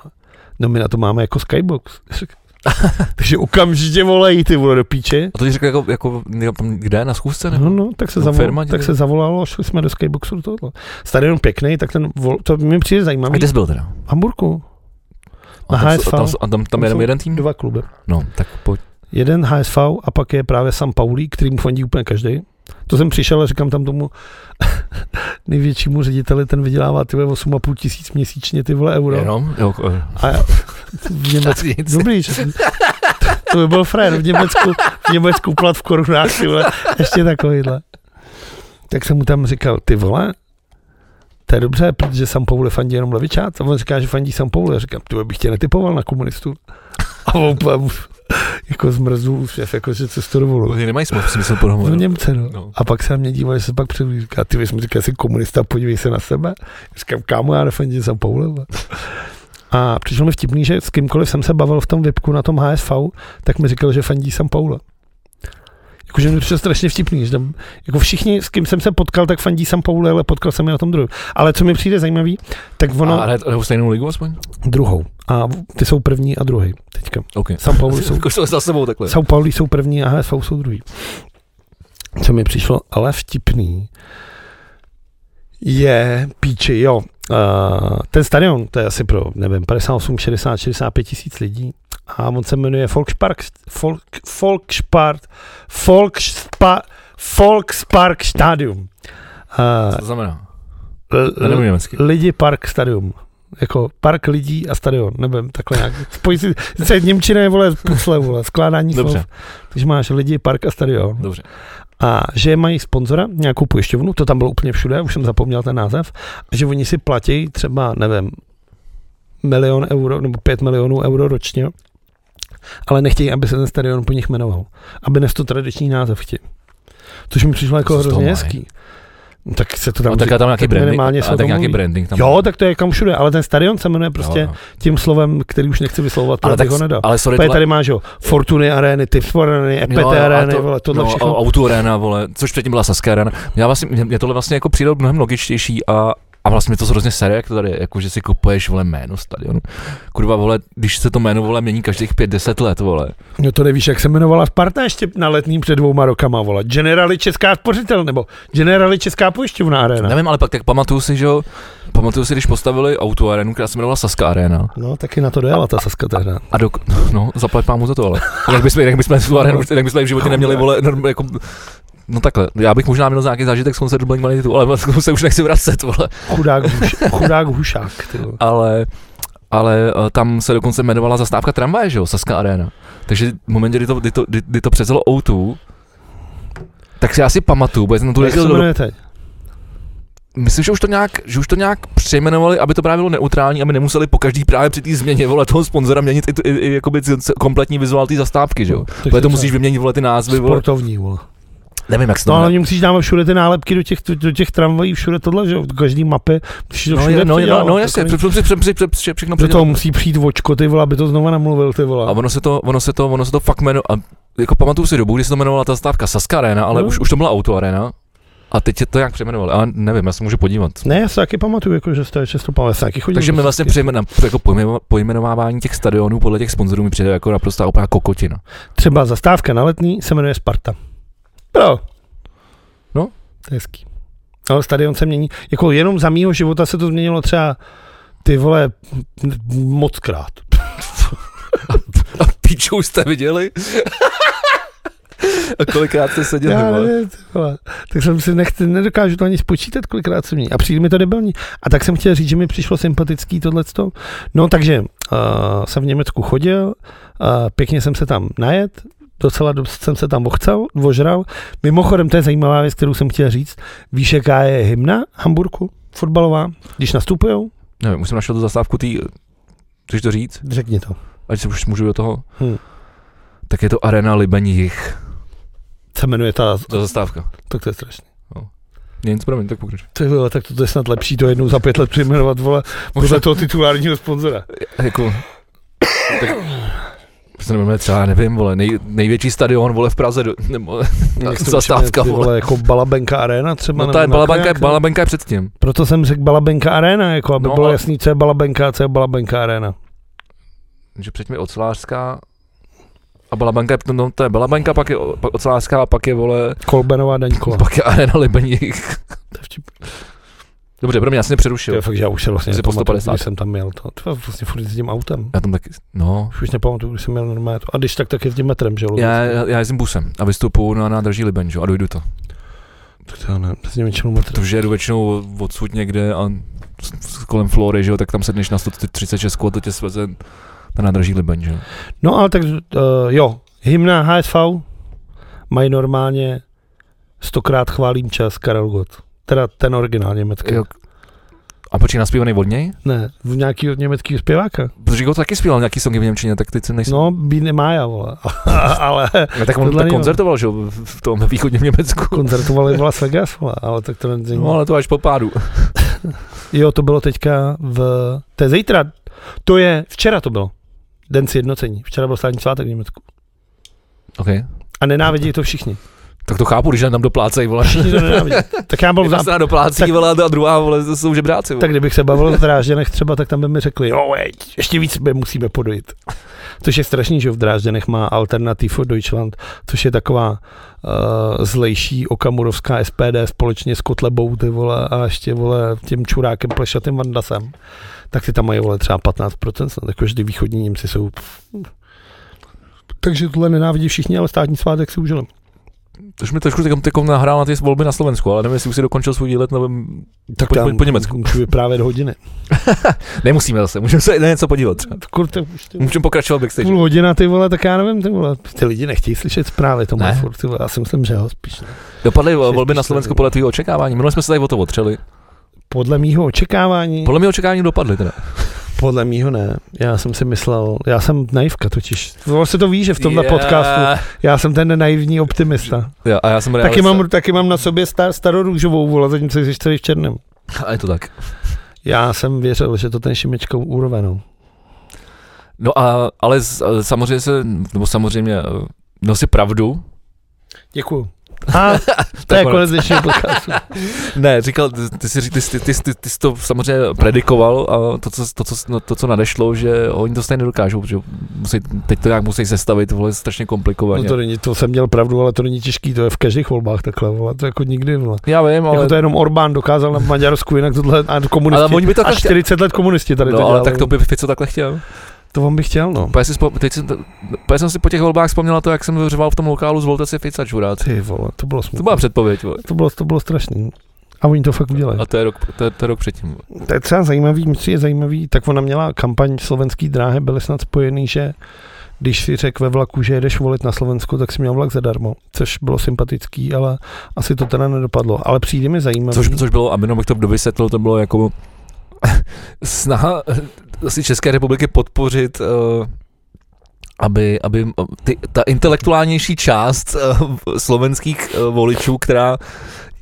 no my na to máme jako skybox. Říkám, (laughs) Takže okamžitě volají ty vole do píče. A to ti řekl jako, jako někam- kde, na schůzce? Nebo? No, no, tak se, No, zavol, firma ti tak to- se zavolalo a šli jsme do skyboxu do tohohle. Stadion pěkný, tak ten vol, to mi přijde A zajímavý. kde jsi byl teda? Hamburku. Na A tam, HSV. jsou- a tam, jsou- a tam, tam je jsou jenom jeden tým? Dva kluby. No, tak pojď. Jeden HSV a pak je právě Sam Paulí, kterým fandí úplně každý. To jsem přišel a říkám tam tomu (laughs) největšímu řediteli, ten vydělává ty vole 8,5 tisíc měsíčně ty vole euro. Jenom? Jo, ko- A já, (laughs) v Německu, Nic. dobrý, že, (laughs) to by byl frér, v Německu, v Německu plat v korunách, ty vole, ještě takovýhle. Tak jsem mu tam říkal, ty vole, to je dobře, protože Sam Pauli fandí jenom levičát. A on říká, že fandí Sam Pauli. Já říkám, ty vole, bych tě netypoval na komunistu. A on úplně mu- (laughs) jako zmrzl úsměv, jako že co to dovolil. Oni nemají smlouv, si myslím, No, podobně. Němce, no. No. A pak se na mě dívá, že se pak přijdu, říká, ty vole, jsem říkal, jsi komunista, podívej se na sebe. Říkám, kámo, já nefandím Sam Pauli. vole." (laughs) A přišlo mi vtipný, že s kýmkoliv jsem se bavil v tom VIPku na tom HSV, tak mi říkal, že fandí Sam Paula. Jakože mi přišlo strašně vtipný, že tam, jako všichni, s kým jsem se potkal, tak fandí Sam Pauli, ale potkal jsem je na tom druhém. Ale co mi přijde zajímavý, tak ono Ono... A hrajou stejnou ligu aspoň? druhou. A ty jsou první a druhý teďka. OK. Sam (laughs) Pauli jsou Jako jsou za sebou takhle. São Pauli jsou první a HSV jsou druhý. Co mi přišlo ale vtipný, je píči, jo, uh, ten stadion, to je asi pro, nevím, 58, 60, 65 tisíc lidí A on se jmenuje Volkspark, Volk, Volkspark, Volkspa, Volkspark Stadium. Co Uh, to znamená? l- Já nevím německy. lidi Park Stadium. Jako park lidí a stadion, nevím, takhle nějak. Spoj si, se Němčina je, vole, pucle, vole, skládání Dobře, slov. Takže máš lidi, park a stadion. dobře. A že mají sponzora, nějakou pojišťovnu, to tam bylo úplně všude, už jsem zapomněl ten název, a že oni si platí třeba, nevím, milion euro nebo pět milionů euro ročně, ale nechtějí, aby se ten stadion po nich jmenoval. Aby nes to tradiční název chtěl. Což mi přišlo jako co z toho hrozně mají? hezký. No, tak se to tam A tak říká, je tam nějaký tak branding, minimálně se a o tak tom nějaký mluví. branding tam. Jo, tak to je kam všude, ale ten stadion se jmenuje prostě Jo, no. tím slovem, který už nechci vyslovovat, Ale ale tak, ho nedal. ale sorry, Tady, tohle- tady máš jo, Fortuny arény, Tipsport arény, EPT Jo, ale arény, to, vole, tohle no, všechno. a- Auto arena, vole, což předtím byla Saská arena. Já vlastně, mě- mě tohle vlastně jako přijde mnohem logičtější a a vlastně mě to hrozně sere, jak to tady, je, jako že si kupuješ, vole, jméno stadionu. Kurva, vole, když se to jméno, vole, mění každých pět, deset let, vole. No to nevíš, jak se jmenovala Sparta ještě na letním před dvouma rokama, vole. Generali Česká spořitel, nebo Generali Česká pojišťovná arena. Nevím, ale pak tak pamatuju si, že jo, pamatuju si, když postavili auto arenu, která se jmenovala Saska arena. No, taky na to dojela ta Saska tehdy. A dok, no, zaplať pámu za to, ale. Jinak bychom, jinak bychom tu arenu, jinak bychom v životě neměli, vole, norm, jako, no takhle, já bych možná měl nějaký zážitek z koncertu Blink Manitu, ale (laughs) k tomu se už nechci vracet, vole. Chudák, huš, (laughs) chudák hušák, ty vole. ale, ale eh, tam se dokonce jmenovala zastávka tramvaje, že jo, Saska Arena. Takže v momentě, kdy to, kdy to, kdy, kdy to převzalo O2, tak si já si pamatuju, protože jsem na tu Jak se jezdil do, jmenuje teď? myslím, že už to nějak, že už to nějak přejmenovali, aby to právě bylo neutrální, aby nemuseli po každý právě při té změně vole toho sponzora měnit i, tu- i, i jakoby c- c- kompletní vizuál té zastávky, že jo. Tak Protože No, to to musíš vyměnit vole ty názvy, vole. Sportovní, vole. Nevím, jak se to No ale jmenuje. mě musíš dávat všude ty nálepky do těch, do těch tramvají, všude tohle, že jo, do každý mapy. Musíš to No, všude je- no, je- no, předělávat, no, jasně, takový- při- při- při- při- při- při- všechno Do předělat. toho musí přijít očko, ty vole, aby to znova namluvil, ty vole. A ono se to, ono se to, ono se to fakt jmenu, a jako pamatuju si dobu, kdy se to jmenovala ta stávka Saska Arena, ale No. už, už to byla Auto Arena. A teď je to jak přejmenovali, ale nevím, já se můžu podívat. Ne, já se taky pamatuju, jako, že jste často pamatuju, já se taky chodím. Takže do mi vlastně Sasky. přejmena, jako pojme- pojmenovávání těch stadionů podle těch sponzorů mi přijde jako naprostá úplná kokotina. Třeba zastávka na letní se jmenuje Sparta. Pro. No. To je hezký. Ale stadion se mění. Jako jenom za mýho života se to změnilo třeba ty vole m- moc krát. A píču už jste viděli? (laughs) a kolikrát jste seděli? Já vole? nevím, ty vole. Tak jsem si nechci, nedokážu to ani spočítat, kolikrát se mění. A přijde mi to debilní. A tak jsem chtěl říct, že mi přišlo sympatický tohleto. No takže uh, jsem v Německu chodil, uh, pěkně jsem se tam najet, docela dost jsem se tam ochcel, vožral. Mimochodem, to je zajímavá věc, kterou jsem chtěl říct. Víš, jaká je hymna Hamburku? Fotbalová? Když nastupujou? nevím, už jsem našel tu zastávku tý, chceš to říct? Řekni to. Ať se už můžu do toho. Hm. Tak je to Arena Libenich, Se jmenuje ta... ta zastávka. Tak to je strašné. Nic, promiň, tak pokračuj. Ty vole, tak to je snad lepší to jednou za pět let přejmenovat, vole, podle toho titulárního sponzora. jako, tak, prostě nevím, třeba, nevím, vole, nej, největší stadion, vole, v Praze, do, nebo, Jak se to Zastávka, jmenuje, ty vole. Jako Balabenka Arena třeba. nebo no ta na balabanka, je, Kajaku? balabanka je předtím. Proto jsem řekl Balabenka Arena, jako aby No, no, bylo ale- jasný, co je Balabenka a co je Balabenka Arena. Že předtím je ocelářská, a balabanka, je- no to je balabanka, pak je o- pak ocelářská, a pak je, vole, Kolbenová Daňková. pak je arena Libeník. To je vtipný. Dobře, pro mě jasně To je přerušil. fakt, že já už se vlastně Jsi po nepamatuju, 150. když jsem tam měl to. To vlastně furt s tím autem. Já tam taky, no. Už nepamatuju, když jsem měl normálně to. A když tak, tak je s tím metrem, že jo? Já, já, já jezdím busem a vystupuju na nádraží Liben, že jo, a dojdu to. Tak to já ne, s něčím metrem. Protože jedu většinou odsud někde a s- s- kolem Flory, že jo, tak tam sedneš na 136 a to tě sveze na nádraží Liben, že jo. No ale tak, uh, jo, hymna HSV mají normálně stokrát chválím čas Karel Gott. Teda ten originál německý. Jo. A počkej, naspívaný od něj? Ne, v nějaký od německého zpěváka. Protože Got taky zpíval nějaký songy v Němčině, tak teď jsem nejsem. No, Bíne Maja, vole. (laughs) ale no tak on tohle jo. tak Jako- koncertoval, že jo, v- v tom východním Německu. koncertovali v Las Vegas, vole, ale tak to není. No ale to až po pádu. Jo, to bylo teďka v... To je zítra. To je... Včera to bylo. Den sjednocení. Včera byl státní svátek v Německu. OK. A nenávidí to všichni. Tak to chápu, když nám tam doplácejí, vole. Všichni to nenávidí. Tak já byl Jedna v strana doplácí, tak- vole, a druhá, vole, to jsou žebráci, vole. Tak kdybych se bavil v Drážděnech třeba, tak tam by mi řekli, jo, ej, ještě víc my musíme podojit. Což je strašný, že v Drážděnech má Alternativ Deutschland, což je taková uh, zlejší okamurovská SPD společně s Kotlebou, ty vole, a ještě, vole, tím čurákem plešatým Vandasem. Tak ty tam mají, vole, třeba 15%, snad, jako vždy východní Němci jsou takže tohle nenávidí všichni, ale státní svátek si užili. Tož mi trošku teďkom, teďkom nahrál na ty volby na Slovensku, ale nevím, jestli už si dokončil svůj dílet nebo Tak po- po- po Německu. Můžu vyprávět hodiny. nemusíme zase, můžeme se na něco podívat třeba. (laughs) Kurte, už ty, Můžeme pokračovat backstage. půl hodina, ty vole, tak já nevím, ty vole. Ty lidi nechtějí slyšet zprávy, to má Ne. furt, ty vole. Já si myslím, že ho spíš. ne. Dopadly eh, Šest volby na píš Slovensku tady. podle tvého očekávání. Minule jsme se tady o to otřeli. Podle mýho očekávání, Podle mého očekávání dopadly teda. podle mýho ne. Já jsem si myslel, já jsem naivka totiž. Ono se to ví, že v tomhle podcastu Já jsem ten naivní optimista. Jo, a já jsem Taky realista. mám, taky mám na sobě star, starorůžovou vole, zatímco jsi celý v černém. A je to tak. Já jsem věřil, že to ten Šimečkou úrovenou. No a, ale s- ale samozřejmě se, nebo samozřejmě, eh, no si pravdu. Děkuju. A (laughs) to je ono. konec dnešního podcastu. Ne, říkal, ty, ty, jsi- ty, jsi- ty, ty, ty, ty jsi to samozřejmě predikoval a to, co, to, co, no, to, co nadešlo, že oni to stejně nedokážou, protože musí, teď to nějak musí sestavit, vole, strašně No komplikovaně. to, není, to jsem měl pravdu, ale to není těžký, to je v každých volbách takhle, vole, to jako nikdy. Vole. Já vím, ale... Jako to jenom Orbán dokázal na Maďarsku, jinak tohle a komunisti. Ale oni by to a takhle chtěli. 40 let komunisti tady to No, ale dělali. tak to by Fico takhle chtěl. to vám bych chtěl, no. Úplně si vzpo- teď jsem, to- úplně jsem si po těch volbách vzpomněl na to, jak jsem řval v tom lokálu, zvolte si Fica čurát. Ty vole, to bylo smutné. To byla předpověď, vole. to bylo, to bylo strašný. A oni to fakt udělají. A to je rok, to je, to je rok předtím. vole. To je třeba zajímavý, myslím, je zajímavý, tak ona měla kampaň v slovenský dráhe, byly snad spojený, že když si řekl ve vlaku, že jedeš volit na Slovensko, tak si měl vlak zadarmo, což bylo sympatický, ale asi to teda nedopadlo. Ale přijde mi zajímavý. Což, což bylo, aby jenom bych to dovysvětlil, to bylo jako (laughs) snaha eh, asi České republiky podpořit eh, aby, aby eh, ty, ta intelektuálnější část eh, v- slovenských eh, voličů, která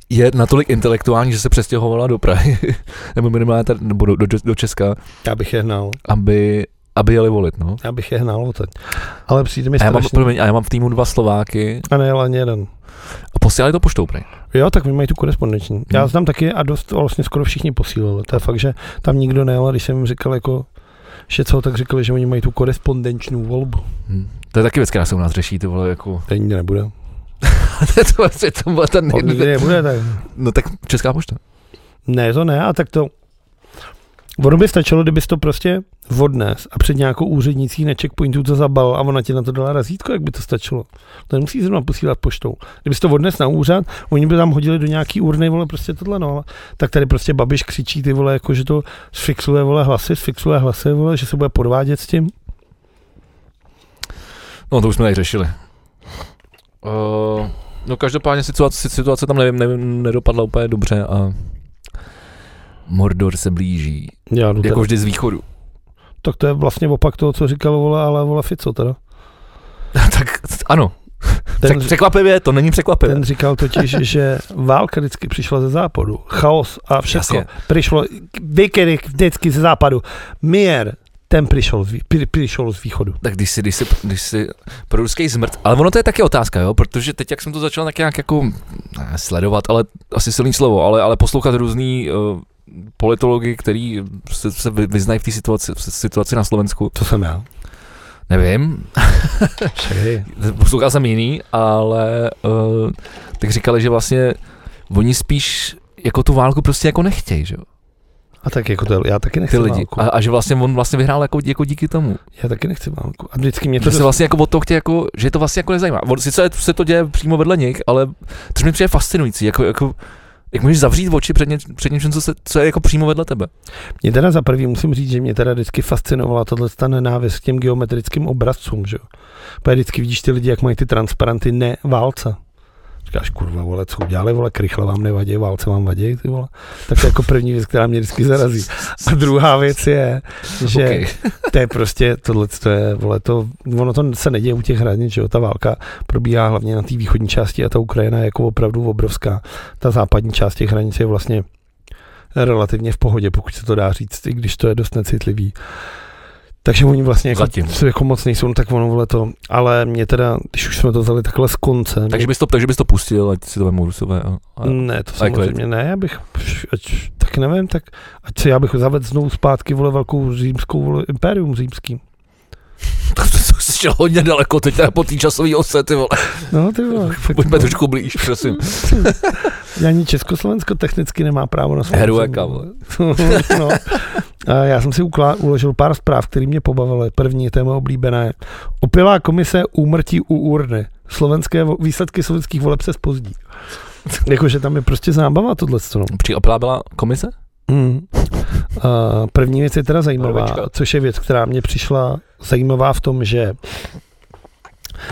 je natolik intelektuální, že se přestěhovala do Prahy, (laughs) nebo minimálně tady, nebo do, do, do Česka, Já bych je hnal, aby, aby jeli volit. No. já bych je hnal teď. Ale přijde mi A já, mám, strašný. promiň, a já mám v týmu dva Slováky A nejel ani jeden. a posílali to poštou prej. Jo, tak my mají tu korespondenční. Já Hmm. znám taky a dost a vlastně skoro všichni posílali. To je fakt, že tam nikdo nejel, a když jsem jim říkal jako že co, tak říkali, že oni mají tu korespondenční volbu. Hm. To je taky věc, která se u nás řeší, ty vole, jako... To nikdy nebude. (laughs) to je to vlastně, to byla ta To nikdy nej... nebude, tak. No tak Česká pošta. Ne, to ne, a tak to... Ono by stačilo, kdybys to prostě odnes a před nějakou úřednicí na checkpointu to zabal a ona ti na to dala razítko, jak by to stačilo. To nemusí zrovna posílat poštou. Kdybys to odnes na úřad, oni by tam hodili do nějaký urny, vole, prostě tohle, no, ale tak tady prostě Babiš křičí ty vole, jako že to sfixuje, vole, hlasy, sfixuje hlasy, vole, že se bude podvádět s tím. No to už jsme tady řešili. Uh, no každopádně situace, situace tam nevím, nevím, nedopadla úplně dobře a Mordor se blíží, Já jdu jako jako... vždy z (laughs) východu. Tak to je vlastně opak toho, co říkal, vole, ale vole Fico, teda. tak ano, Ten... překvapivě, to není překvapivé. Ten říkal (laughs) totiž, že válka vždycky přišla ze západu. Chaos a všechno Jasně. přišlo vždycky, vždycky ze západu. Mír, ten přišel z, vý- pri- přišel z východu. Tak když si, když si, když si pro ruský zmrt, ale ono to je taky otázka, jo, protože teď, jak jsem to začal tak nějak jako ne, sledovat, ale asi silný slovo, ale, ale poslouchat různý uh, politology, který se, se vy- vyznají v té situaci, v situaci na Slovensku, To jsem já. nevím, poslouchal jsem jiný, ale uh, tak říkali, že vlastně oni spíš jako tu válku prostě jako nechtějí, že jo, A tak jako to, já taky nechci ty lidi. válku. A, a, že vlastně on vlastně vyhrál jako, jako díky tomu. Já taky nechci válku. A vždycky mě to... Že se dost- vlastně jako od toho chtějí jako, že je to vlastně jako nezajímá. On, sice je- se to děje přímo vedle nich, ale to mi přijde fascinující, jako, jako jak můžeš zavřít oči před, ně, před něčím, co, se, co je jako přímo vedle tebe. Mě teda za prvý musím říct, že mě teda vždycky fascinovala tohle ta nenávist k těm geometrickým obrazcům, že jo. Protože vždycky vidíš ty lidi, jak mají ty transparenty ne válce. Říkáš, kurva, vole, co udělali, vole, krychle vám nevadí, válce vám vadí, ty vole. Tak to je jako první věc, která mě vždycky zarazí. A druhá věc je, že Okej. to je prostě, tohle to je, vole, to, ono to se neděje u těch hranic, že jo, ta válka probíhá hlavně na té východní části a ta Ukrajina je jako opravdu obrovská. Ta západní část těch hranic je vlastně relativně v pohodě, pokud se to dá říct, i když to je dost necitlivý. Takže oni vlastně jako, Zatím. jako moc nejsou, no tak ono vole to, ale mě teda, když už jsme to vzali takhle z konce, takže, bys to, takže bys to pustil, ať si to vemou rusové. A, a, ne, to a je klid. samozřejmě ne, já bych, pš, ať, tak nevím, tak ať se já bych zavedl znovu zpátky, vole, velkou římskou, vole, imperium římským. (laughs) to, to, to jsi šel hodně daleko, teď teda po té časové ose, ty vole. No, ty vole. fakt, Pojďme no. trošku blíž, prosím. Ani Československo technicky nemá právo na svou Herueka, zemi. vole. (laughs) no. A já jsem si uklá, uložil pár zpráv, které mě pobavily. První, to je moje oblíbené. Opilá komise úmrtí u urny. Slovenské vo- výsledky slovenských voleb se spozdí. Jakože tam je prostě zábava tohle. No. Při Opela byla komise? Mm. A první věc je teda zajímavá, Barvička. což je věc, která mě přišla zajímavá v tom, že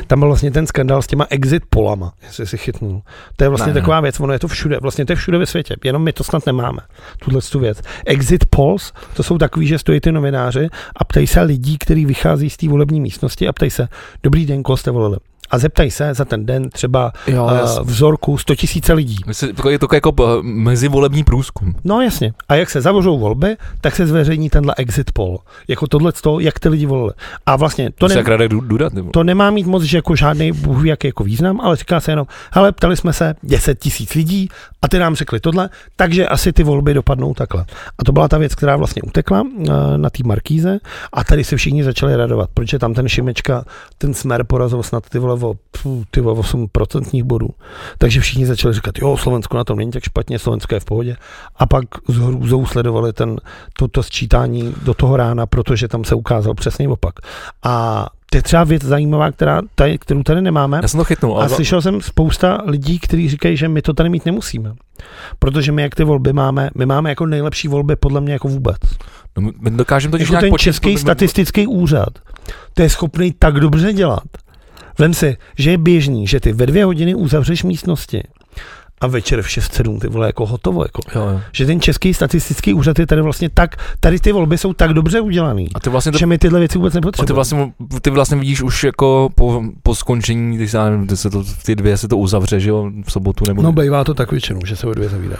tam byl vlastně ten skandal s těma exit polama, jestli si chytnul. To je vlastně Ne, ne. ne, taková věc, ono je to všude, vlastně to je všude ve světě, jenom my to snad nemáme, tuhle tu věc. Exit polls, to jsou takový, že stojí ty novináři a ptají se lidí, kteří vychází z té volební místnosti a ptají se, dobrý den, koho jste volili. A zeptají se za ten den třeba Jo, uh, vzorku 100 000 lidí. Je to jako eh, mezivolební průzkum. No jasně. A jak se zavřou volby, tak se zveřejní tenhle exit poll. Jako tohle z toho, jak ty lidi volili. A vlastně to, To se ne, jak Radek Du- Duda, nebo? to nemá mít moc, že jako žádný bůh ví, jaký jako význam, ale říká se jenom, hele, ptali jsme se 10 tisíc lidí a ty nám řekli tohle, takže asi ty volby dopadnou takhle. A to byla ta věc, která vlastně utekla eh, na té Markíze a tady se všichni začali radovat, protože tam ten Šimečka, ten smer porazil snad ty vole o, pfu, ty vole 8% bodů. Takže všichni začali říkat, jo, Slovensko na tom není tak špatně, Slovensko je v pohodě. A pak s hrůzou sledovali ten, toto sčítání do toho rána, protože tam se ukázal přesně opak. A to je třeba věc zajímavá, která, tady, kterou tady nemáme. Já jsem to chytnul. A ale- slyšel jsem spousta lidí, kteří říkají, že my to tady mít nemusíme. Protože my jak ty volby máme, my máme jako nejlepší volby podle mě jako vůbec. No, my- my dokážeme to, když jako nějak ten počít- český my- my- statistický úřad, to je schopný tak dobře dělat. Vem si, že je běžný, že ty ve dvě hodiny uzavřeš místnosti a večer v 6-7 ty vole jako hotovo. Jako. Jo, jo. Že ten český statistický úřad je tady vlastně tak, tady ty volby jsou tak dobře udělaný, A ty vlastně to že my tyhle věci vůbec A nepotřebujeme. ty vlastně, ty vlastně vidíš už jako po, po skončení, když já nevím, ty se to, ty dvě se to uzavře, že jo, v sobotu nebo... No bývá to tak většinou, že se o dvě zavírá.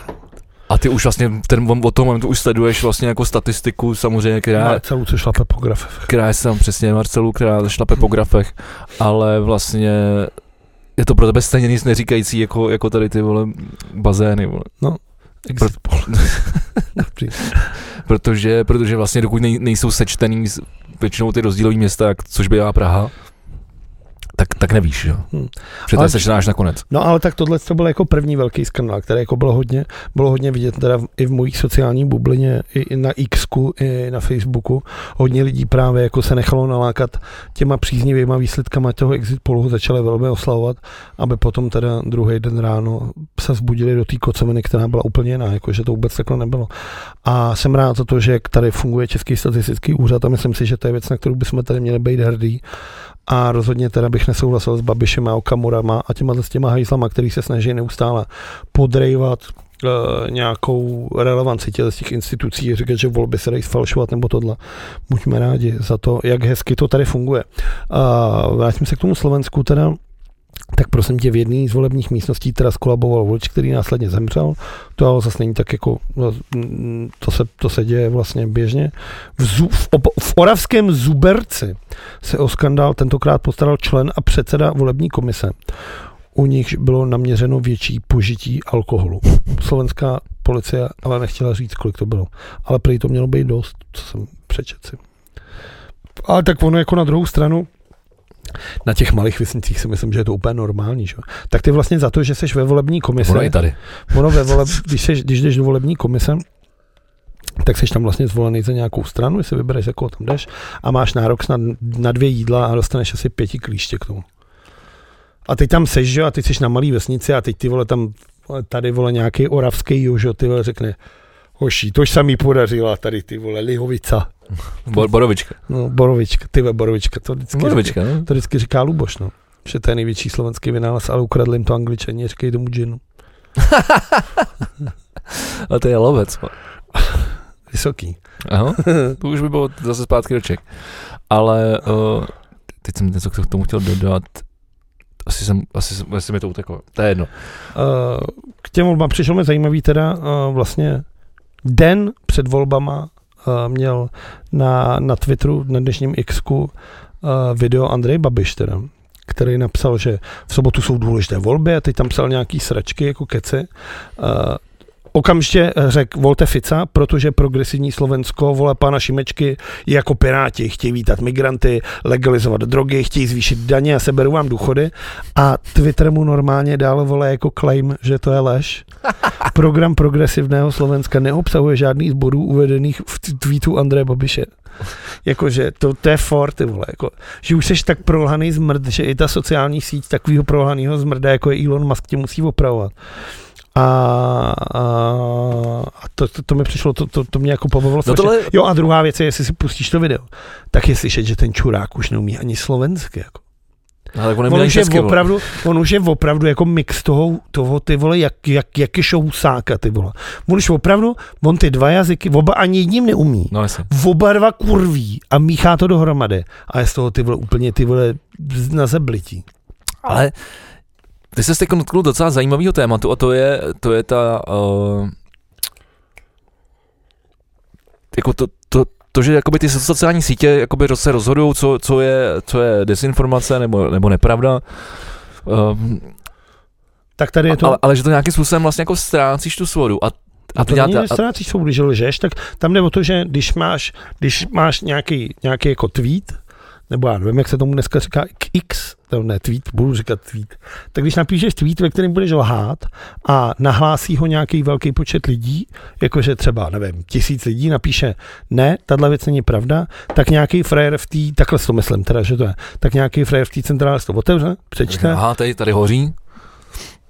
a ty už vlastně v ten, od toho momentu už sleduješ vlastně jako statistiku samozřejmě, která, Já celou co šlape po grafech. která je tam přesně Marcelu, která šlape po grafech, ale vlastně je to pro tebe stejně nic neříkající, jako, jako tady ty vole bazény, vole. Exit (laughs) Protože, protože vlastně dokud nej, nejsou sečtený s- většinou ty rozdílové města, jak- což bývá Praha, tak, tak nevíš, jo. Hm. Protože to Ale- je sečtená až nakonec. No ale tak tohle to byl jako první velký skandál, který jako bylo hodně, bylo hodně vidět teda v- i v mojí sociální bublině, i, i na X, i na Facebooku. Hodně lidí právě jako se nechalo nalákat těma příznivýma výsledkama toho exit polu, začaly velmi oslavovat, aby potom teda druhý den ráno se zbudili do té koceminy, která byla úplně jiná, jakože to vůbec takhle nebylo. A jsem rád za to, že jak tady funguje Český statistický úřad a myslím si, že to je věc, na kterou bychom tady měli být hrdí. A rozhodně teda bych nesouhlasil s Babišem a Okamurama a těma s těma hajzlama, který se snaží neustále podrejvat eh, nějakou relevanci těch, těch institucí, říkat, že volby se dají sfalšovat nebo tohle. Buďme rádi za to, jak hezky to tady funguje. A vrátím se k tomu Slovensku teda. Tak prosím tě, v jedné z volebních místností teda skolaboval volič, který následně zemřel. To ale zase není tak jako, no, mm, to se, to se děje vlastně běžně. V, Zu, v, op, v Oravském Zuberci se o skandál tentokrát postaral člen a předseda volební komise. U nich bylo naměřeno větší požití alkoholu. Slovenská policie ale nechtěla říct, kolik to bylo. Ale prý to mělo být dost, co jsem přečet si. Ale tak ono jako na druhou stranu, na těch malých vesnicích si myslím, že je to úplně normální. Že? jo. Tak ty vlastně za to, že jsi ve volební komisi, Ono i tady. Ono ve voleb, když, seš, když jdeš do volební komise, tak jsi tam vlastně zvolený za nějakou stranu, jestli vybereš, za koho tam jdeš, a máš nárok na, na dvě jídla a dostaneš asi pěti klíště k tomu. A teď tam seš, že jo, a teď seš na malý vesnici a teď ty vole tam, vole, tady vole nějaký oravský jožo, ty vole řekne, hoší, tož samý podařila tady ty vole, lihovica, Bo, borovička. no, borovička, ty vole, borovička, to vždycky, Borovička, no. to vždycky říká Luboš, no. Že to je největší slovenský vynález, ale ukradli jim to angličani, říkají tomu džinu. A to je lovec. vole. Vysoký. Aha. (laughs) To už by bylo zase zpátky do Čech. Ale uh, teď jsem něco k tomu chtěl dodat. Asi, jsem, asi, jsem, asi mi to uteklo. To je jedno. Eh, k těm volbám přišlo mi zajímavý teda eh, vlastně den před volbama eh, měl na, na Twitteru, na dnešním x video Andrej Babiš teda, který napsal, že v sobotu jsou důležité volby a teď tam psal nějaký sračky jako keci. Eh, okamžitě řekl volte Fica, protože progresivní Slovensko vole pána Šimečky je jako piráti, chtějí vítat migranty, legalizovat drogy, chtějí zvýšit daně a seberu vám důchody. A Twitter mu normálně dal vole jako claim, že to je (laughs) lež. Program progresivného Slovenska neobsahuje žádný z bodů uvedených v t- tweetu Andreje Babiše. Jakože to, to je for, ty vole, jako, že už seš tak prolhaný zmrd, že i ta sociální síť takového prolhaného zmrda, jako je Elon Musk, tě musí opravovat. A, a, a to, to, to, mi přišlo, to, to, to mě jako pobavilo. No No tohle, Jo a druhá věc je, jestli si pustíš to video, tak je slyšet, že ten čurák už neumí ani slovensky. Jako. ale tak on On neměl už, je česky, vole. opravdu, on už je opravdu jako mix toho, toho ty vole, jak, jak, jak je šousáka, ty vole. On už opravdu, on ty dva jazyky, oba ani jedním neumí. No jasně. Oba dva kurví a míchá to dohromady. A je z toho ty vole úplně ty vole z- na zeblití. Ale ty se teď dotknul docela zajímavého tématu a to je, to je ta... Uh, jako to, to, to, že jakoby ty sociální sítě jakoby se rozhodují, co, co, je, co je desinformace nebo, nebo nepravda. Um, Tak tady je to... ale, ale, že to nějakým způsobem vlastně jako ztrácíš tu svodu. A, a A ty to nějak, není a, nestrácíš svobodu, že lžeš, tak tam jde o to, že když máš, když máš nějaký, nějaký jako tweet, nebo já nevím, jak se tomu dneska říká, k- X, to ne tweet, budu říkat tweet, tak když napíšeš tweet, ve kterém budeš lhát a nahlásí ho nějaký velký počet lidí, jakože třeba, nevím, tisíc lidí napíše, ne, tahle věc není pravda, tak nějaký frajer v té, takhle si to myslím teda, že to je, tak nějaký frajer v té centrále si to otevře, přečte, aha, tady, tady hoří.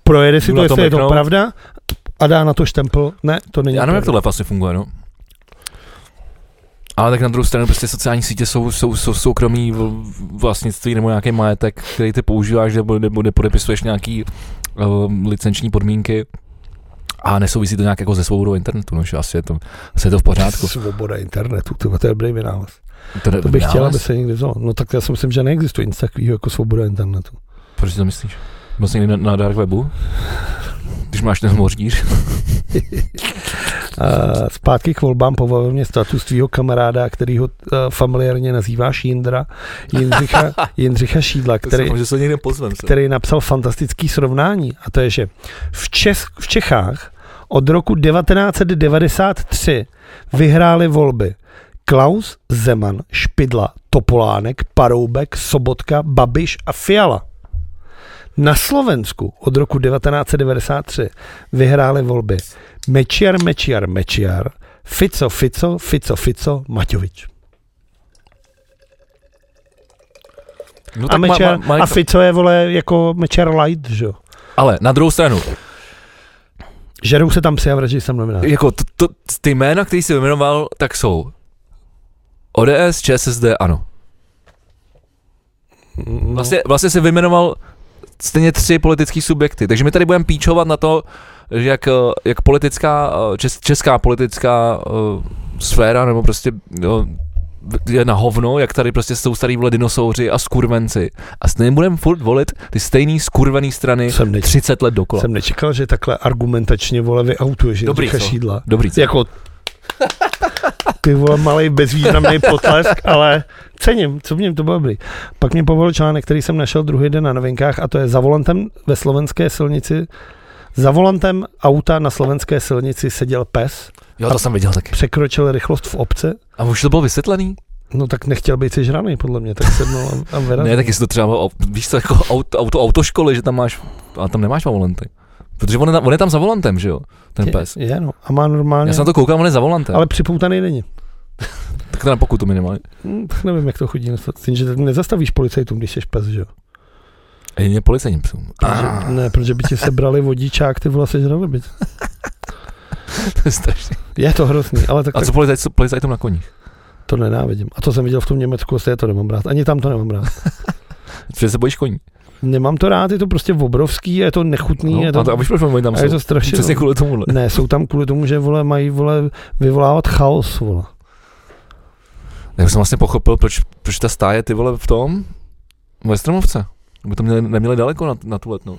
projede si Jdu to, na to jestli je to mrknout. pravda, a dá na to štempel, ne, to není Já nevím, jak pravda. tohle vlastně funguje, no. Ale tak na druhou stranu prostě sociální sítě jsou, jsou, jsou soukromí v- vlastnictví nebo nějaký majetek, který ty používáš nebo, nebo podepisuješ nějaký um, licenční podmínky a nesouvisí to nějak jako se svobodou internetu, no, že asi je to, asi je to v pořádku. Svoboda internetu, tyhle, to je dobrý vynález. To, ne- To bych chtěl, nález? aby se někdy vzal. No tak já si myslím, že neexistuje nic takového jako svoboda internetu. Proč si to myslíš? Byl jsi někdy na, na dark webu? Když máš ten mořdíř? Uh, zpátky k volbám pobavil mě status tvýho kamaráda, který ho uh, familiárně nazýváš Jindra, Jindřicha, Jindřicha Šídla, který, (laughs) že se někde pozvem. Se. který napsal fantastický srovnání. A to je, že v, Čes, v Čechách od roku 1993 vyhráli volby Klaus, Zeman, Špidla, Topolánek, Paroubek, Sobotka, Babiš a Fiala. Na Slovensku od roku 1993 vyhráli volby Mečiar, Mečiar, Mečiar, Fico, Fico, Fico, Fico, Maťovič. No, a, tak ma- Mečiar, ma- ma- a Fico je, vole, jako Mečiar light, že jo? Ale na druhou stranu, Žerou se tam psy a vraždí se tam novináři. jako to, to, ty jména, který jsi vyjmenoval, tak jsou ODS, ČSSD, ano. No, Vlastně, vlastně jsi vyjmenoval stejně tři politické subjekty, takže my tady budeme píčovat na to, že jak, eh, jak politická, eh, čes, česká politická eh, sféra, nebo prostě jo, je na hovno, jak tady prostě jsou starý vole dinosauři a skurvenci. A stejně budeme furt volit ty stejný skurvený strany jsem, neč- 30 let dokola. jsem nečekal, že takhle argumentačně vole vyautuješ Dobrý, Jindřicha co? Šídla. (laughs) Dobrý, co? Jako ty vole malý bezvýznamný potlesk, ale cením, co v něm to bylo dobrý. Pak mě povolil článek, který jsem našel druhý den na novinkách a to je za volantem ve slovenské silnici za volantem auta na slovenské silnici seděl pes, jo, to jsem viděl taky. překročil rychlost v obce, A už to bylo vysvětlený? no tak nechtěl být sežraný, podle mě, tak sednul a, a vyrazil. Ne, tak jestli to třeba, bylo, víš co, jako auto, auto, autoškoly, že tam máš, ale tam nemáš volanty. Protože on je, tam, on je tam za volantem, že jo, ten pes. Je, je, no. A má normálně, Já jsem na to koukal, on je za volantem. Ale... ale připoutaný není. Tak to na pokutu minimálně. Hmm, tak nevím, jak to chodí. S tím, že tak nezastavíš policajtům, když jsi pes, že jo? Jedině policejním psům. Protože, Ah. ne, protože by ti sebrali vodičák, ty vole sežrali by. tě. To je strašný. Je to hrozný, ale tak, A tak co policajt, co policajtům na koních? to nenávidím. A to jsem viděl v tom Německu, stejně to nemám rád. Ani tam to nemám rád. Protože se bojíš koní. Nemám to rád, je to prostě obrovský, je to nechutný, je No, a, to, a to, víš, proč oni tam a je jsou? to strašně. Přesně kvůli tomu. Ne, jsou tam kvůli tomu, že vole mají vole vyvolávat chaos, vole. Já jsem vlastně pochopil, proč, proč ta stáje ty vole v tom, ve Stromovce. By to měli, neměli daleko na, na tu letnou.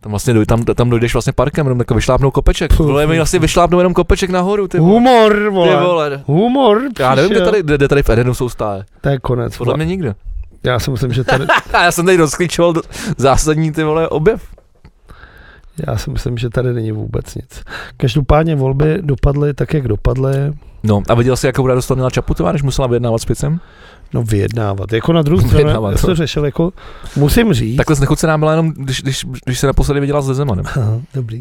Tam vlastně doj, tam, tam dojdeš vlastně parkem, jenom tak vyšlápnou kopeček. Puh. Vole, mi vlastně vyšlápnou jenom kopeček nahoru, ty vole. Humor, Ty vole. vole. Humor, Já nevím, kde přišel. tady, kde, kde tady v Edenu jsou stáje. To je konec. Podle Vole. mě nikde. (laughs) Já si myslím, že tady, A já jsem tady rozklíčoval do- zásadní ty vole objev. Já si myslím, že tady není vůbec nic. Každopádně volby dopadly tak, jak dopadly. No a viděl jsi, jakou radost to měla Čaputová, když musela vyjednávat s Picem? No vyjednávat. Jako na druhou stranu, Vyjednávat, já jsem no. to řešil, jako musím říct. Takhle znechucená byla jenom, když, když, když se naposledy viděla s Zemanem. (laughs) Aha, dobrý.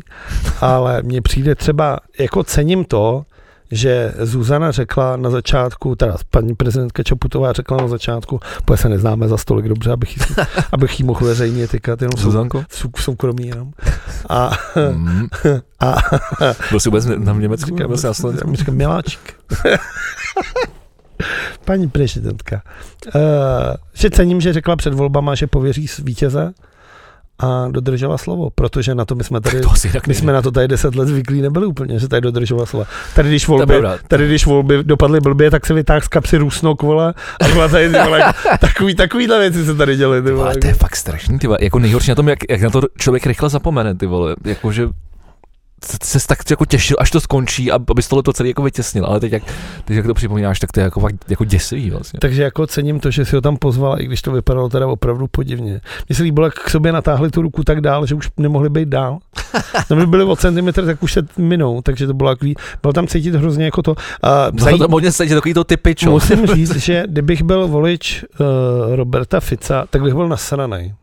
Ale mně přijde třeba, jako cením to, že Zuzana řekla na začátku, teda paní prezidentka Čaputová řekla na začátku, protože se neznáme za stolik dobře, abych jí, abych jí mohl veřejně tykat, jenom v sou- Zuzanko? v, sou- v soukromí jenom. A, Mm. a Byl jsi vůbec na v Německu? Říkám, Byl jsi na Slovensku? já říkám, miláčik. (laughs) Paní prezidentka, uh, že cením, že řekla před volbama, že pověří s- vítěze a dodržela slovo, protože na to my jsme tady, To asi tak my nejde. jsme na to tady deset let zvyklí nebyli úplně, že tady dodržela slova. Tady když To je volby, pravda. tady když volby dopadly blbě, tak se vytáhl z kapsy růsnok, vole, a byla tady, ty (laughs) vole, jako takový, takovýhle věci se tady děly, ty vole. Ale to je fakt strašný, ty vole. Jako nejhorší na tom, jak, jak na to člověk rychle zapomene, ty vole. Jako, že se se tak jako těšil, až to skončí, ab- abys tohle to celé jako vytěsnil, ale teď jak, teď jak to připomínáš, tak to je jako fakt jako děsivý vlastně. Takže jako cením to, že si ho tam pozvala, i když to vypadalo teda opravdu podivně. Mně se líbilo, jak k sobě natáhli tu ruku tak dál, že už nemohli být (laughs) dál. Tam by byli o centimetr, tak už se minou, takže to bylo takový, bylo tam cítit hrozně jako to. A Bylo to hodně se, že takový to typy, čo? musím říct, že kdybych byl volič uh, Roberta Fica, tak bych byl nasranej.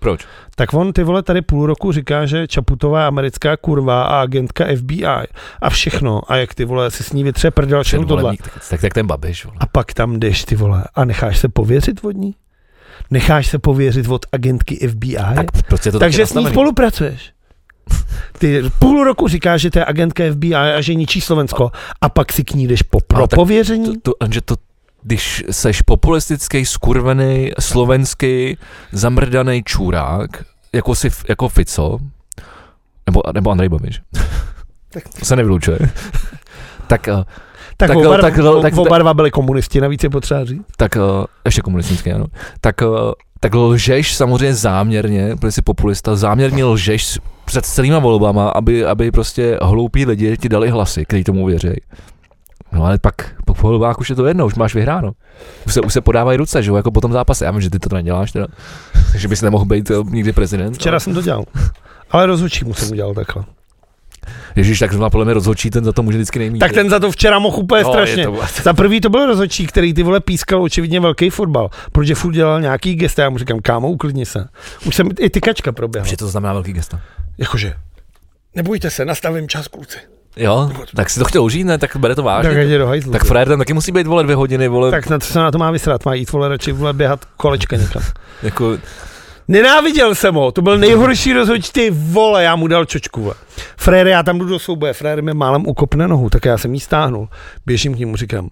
Proč? Tak on ty vole tady půl roku říká, že Čaputová je americká kurva a agentka FBI a všechno. A jak ty vole si s ní vytře prdel, všechno tohle. Předvolebník, tak, tak, tak, ten babiš, vole. A pak tam jdeš, ty vole, a necháš se pověřit od ní? Necháš se pověřit od agentky FBI? Tak proč je to Takže taky s ní nastavený? spolupracuješ. Ty půl roku říkáš, že to je agentka FBI a že ničí Slovensko a pak si k ní jdeš po pro Ale No, tak pověření? To, to, že to, když seš populistický, skurvený, slovenský, zamrdaný čurák, jako, si, jako Fico, nebo, nebo Andrej Babiš, Tak- to se nevylučuje, (laughs) tak, eh, Tak, tak- oba, tak- dva- tak- oba dva byli komunisti, navíc je potřeba říct. tak eh, ještě komunistický, ano, tak, eh, tak lžeš samozřejmě záměrně, protože jsi populista, záměrně lžeš s- před celýma volbama, aby, aby prostě hloupí lidi ti dali hlasy, kteří tomu věří. No ale pak, pak po volbách už je to jedno, už máš vyhráno. Už se, už se podávají ruce, že jo, jako po tom zápase. Já vím, že ty to neděláš teda, (laughs) že bys nemohl být eh, nikdy prezident. Včera jsem to dělal. Ale rozhodčímu jsem udělal takhle. Ale, ježiš, tak zrovna podle mě rozhodčí, ten za to může vždycky nejmít. Tak ten za to včera mohl úplně No, je strašně. to- (laughs) Za prvý to byl rozhodčí, který ty vole pískal očividně velký fotbal, protože furt dělal nějaký gest, já mu říkám, kámo, uklidni se. Už jsem i tykačka proběhla. Že to znamená velký gesta. Jakože, nebojte se, nastavím čas, kluci. Jo, tak si to chtěl užít, ne? Tak bere to vážně. Tak ať je do hajzlu. Tak frajer tam taky musí být, vole, dvě hodiny, vole, tak na to se na to má vysrat, má jít vole radši vole běhat kolečka někam. jako, Nenáviděl jsem ho, to byl nejhorší rozhodčí, ty vole, já mu dal čočku. Vole. Frér, já tam jdu do souboje, frér mi málem ukopne nohu, tak já jsem jí stáhnul. Běžím k němu, říkám,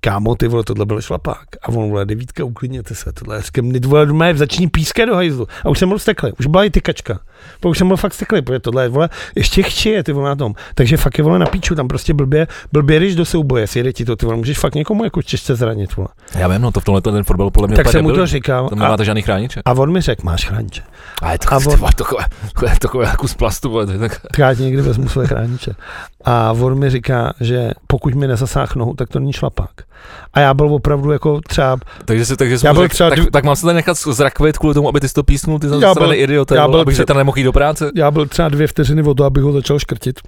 kámo, ty vole, tohle byl šlapák. A on vole, devítka, uklidněte se, tohle. Já říkám, my vole, doma začíní píské do hajzlu. A už jsem byl steklý, už byla i tykačka. Pak už jsem byl fakt steklý, protože tohle je, vole, ještě chčije, ty vole, na tom. Takže fakt je, vole, na píču, tam prostě blbě, blbě, když do souboje, sjede ti to, ty vole, můžeš fakt někomu jako těžce zranit, vole. já vím, no to v tomhle ten fotbal podle mě tak úplně jsem mu nebyl. to říkal. Tam A, nemáte žádný chrániče. a on mi řekl, máš chrániče. A je to, a a on- to, to, to, to, to, jako z plastu, vole, to je tak, Tak já ti někdy vezmu své chrániče. A on mi říká, že pokud mi nezasáh nohu, tak to není šlapák. A já byl opravdu jako třeba, takže, se, takže Já jsem byl řekl, třeba tak, dv- tak, mám se tady nechat zrakvit kvůli tomu, aby ty jsi to písnul, ty Já jsem byl- byl, idiote, já já byl abych před- se tady nemohl jít (laughs) do práce. (laughs) já byl třeba dvě vteřiny od toho, abych ho začal škrtit.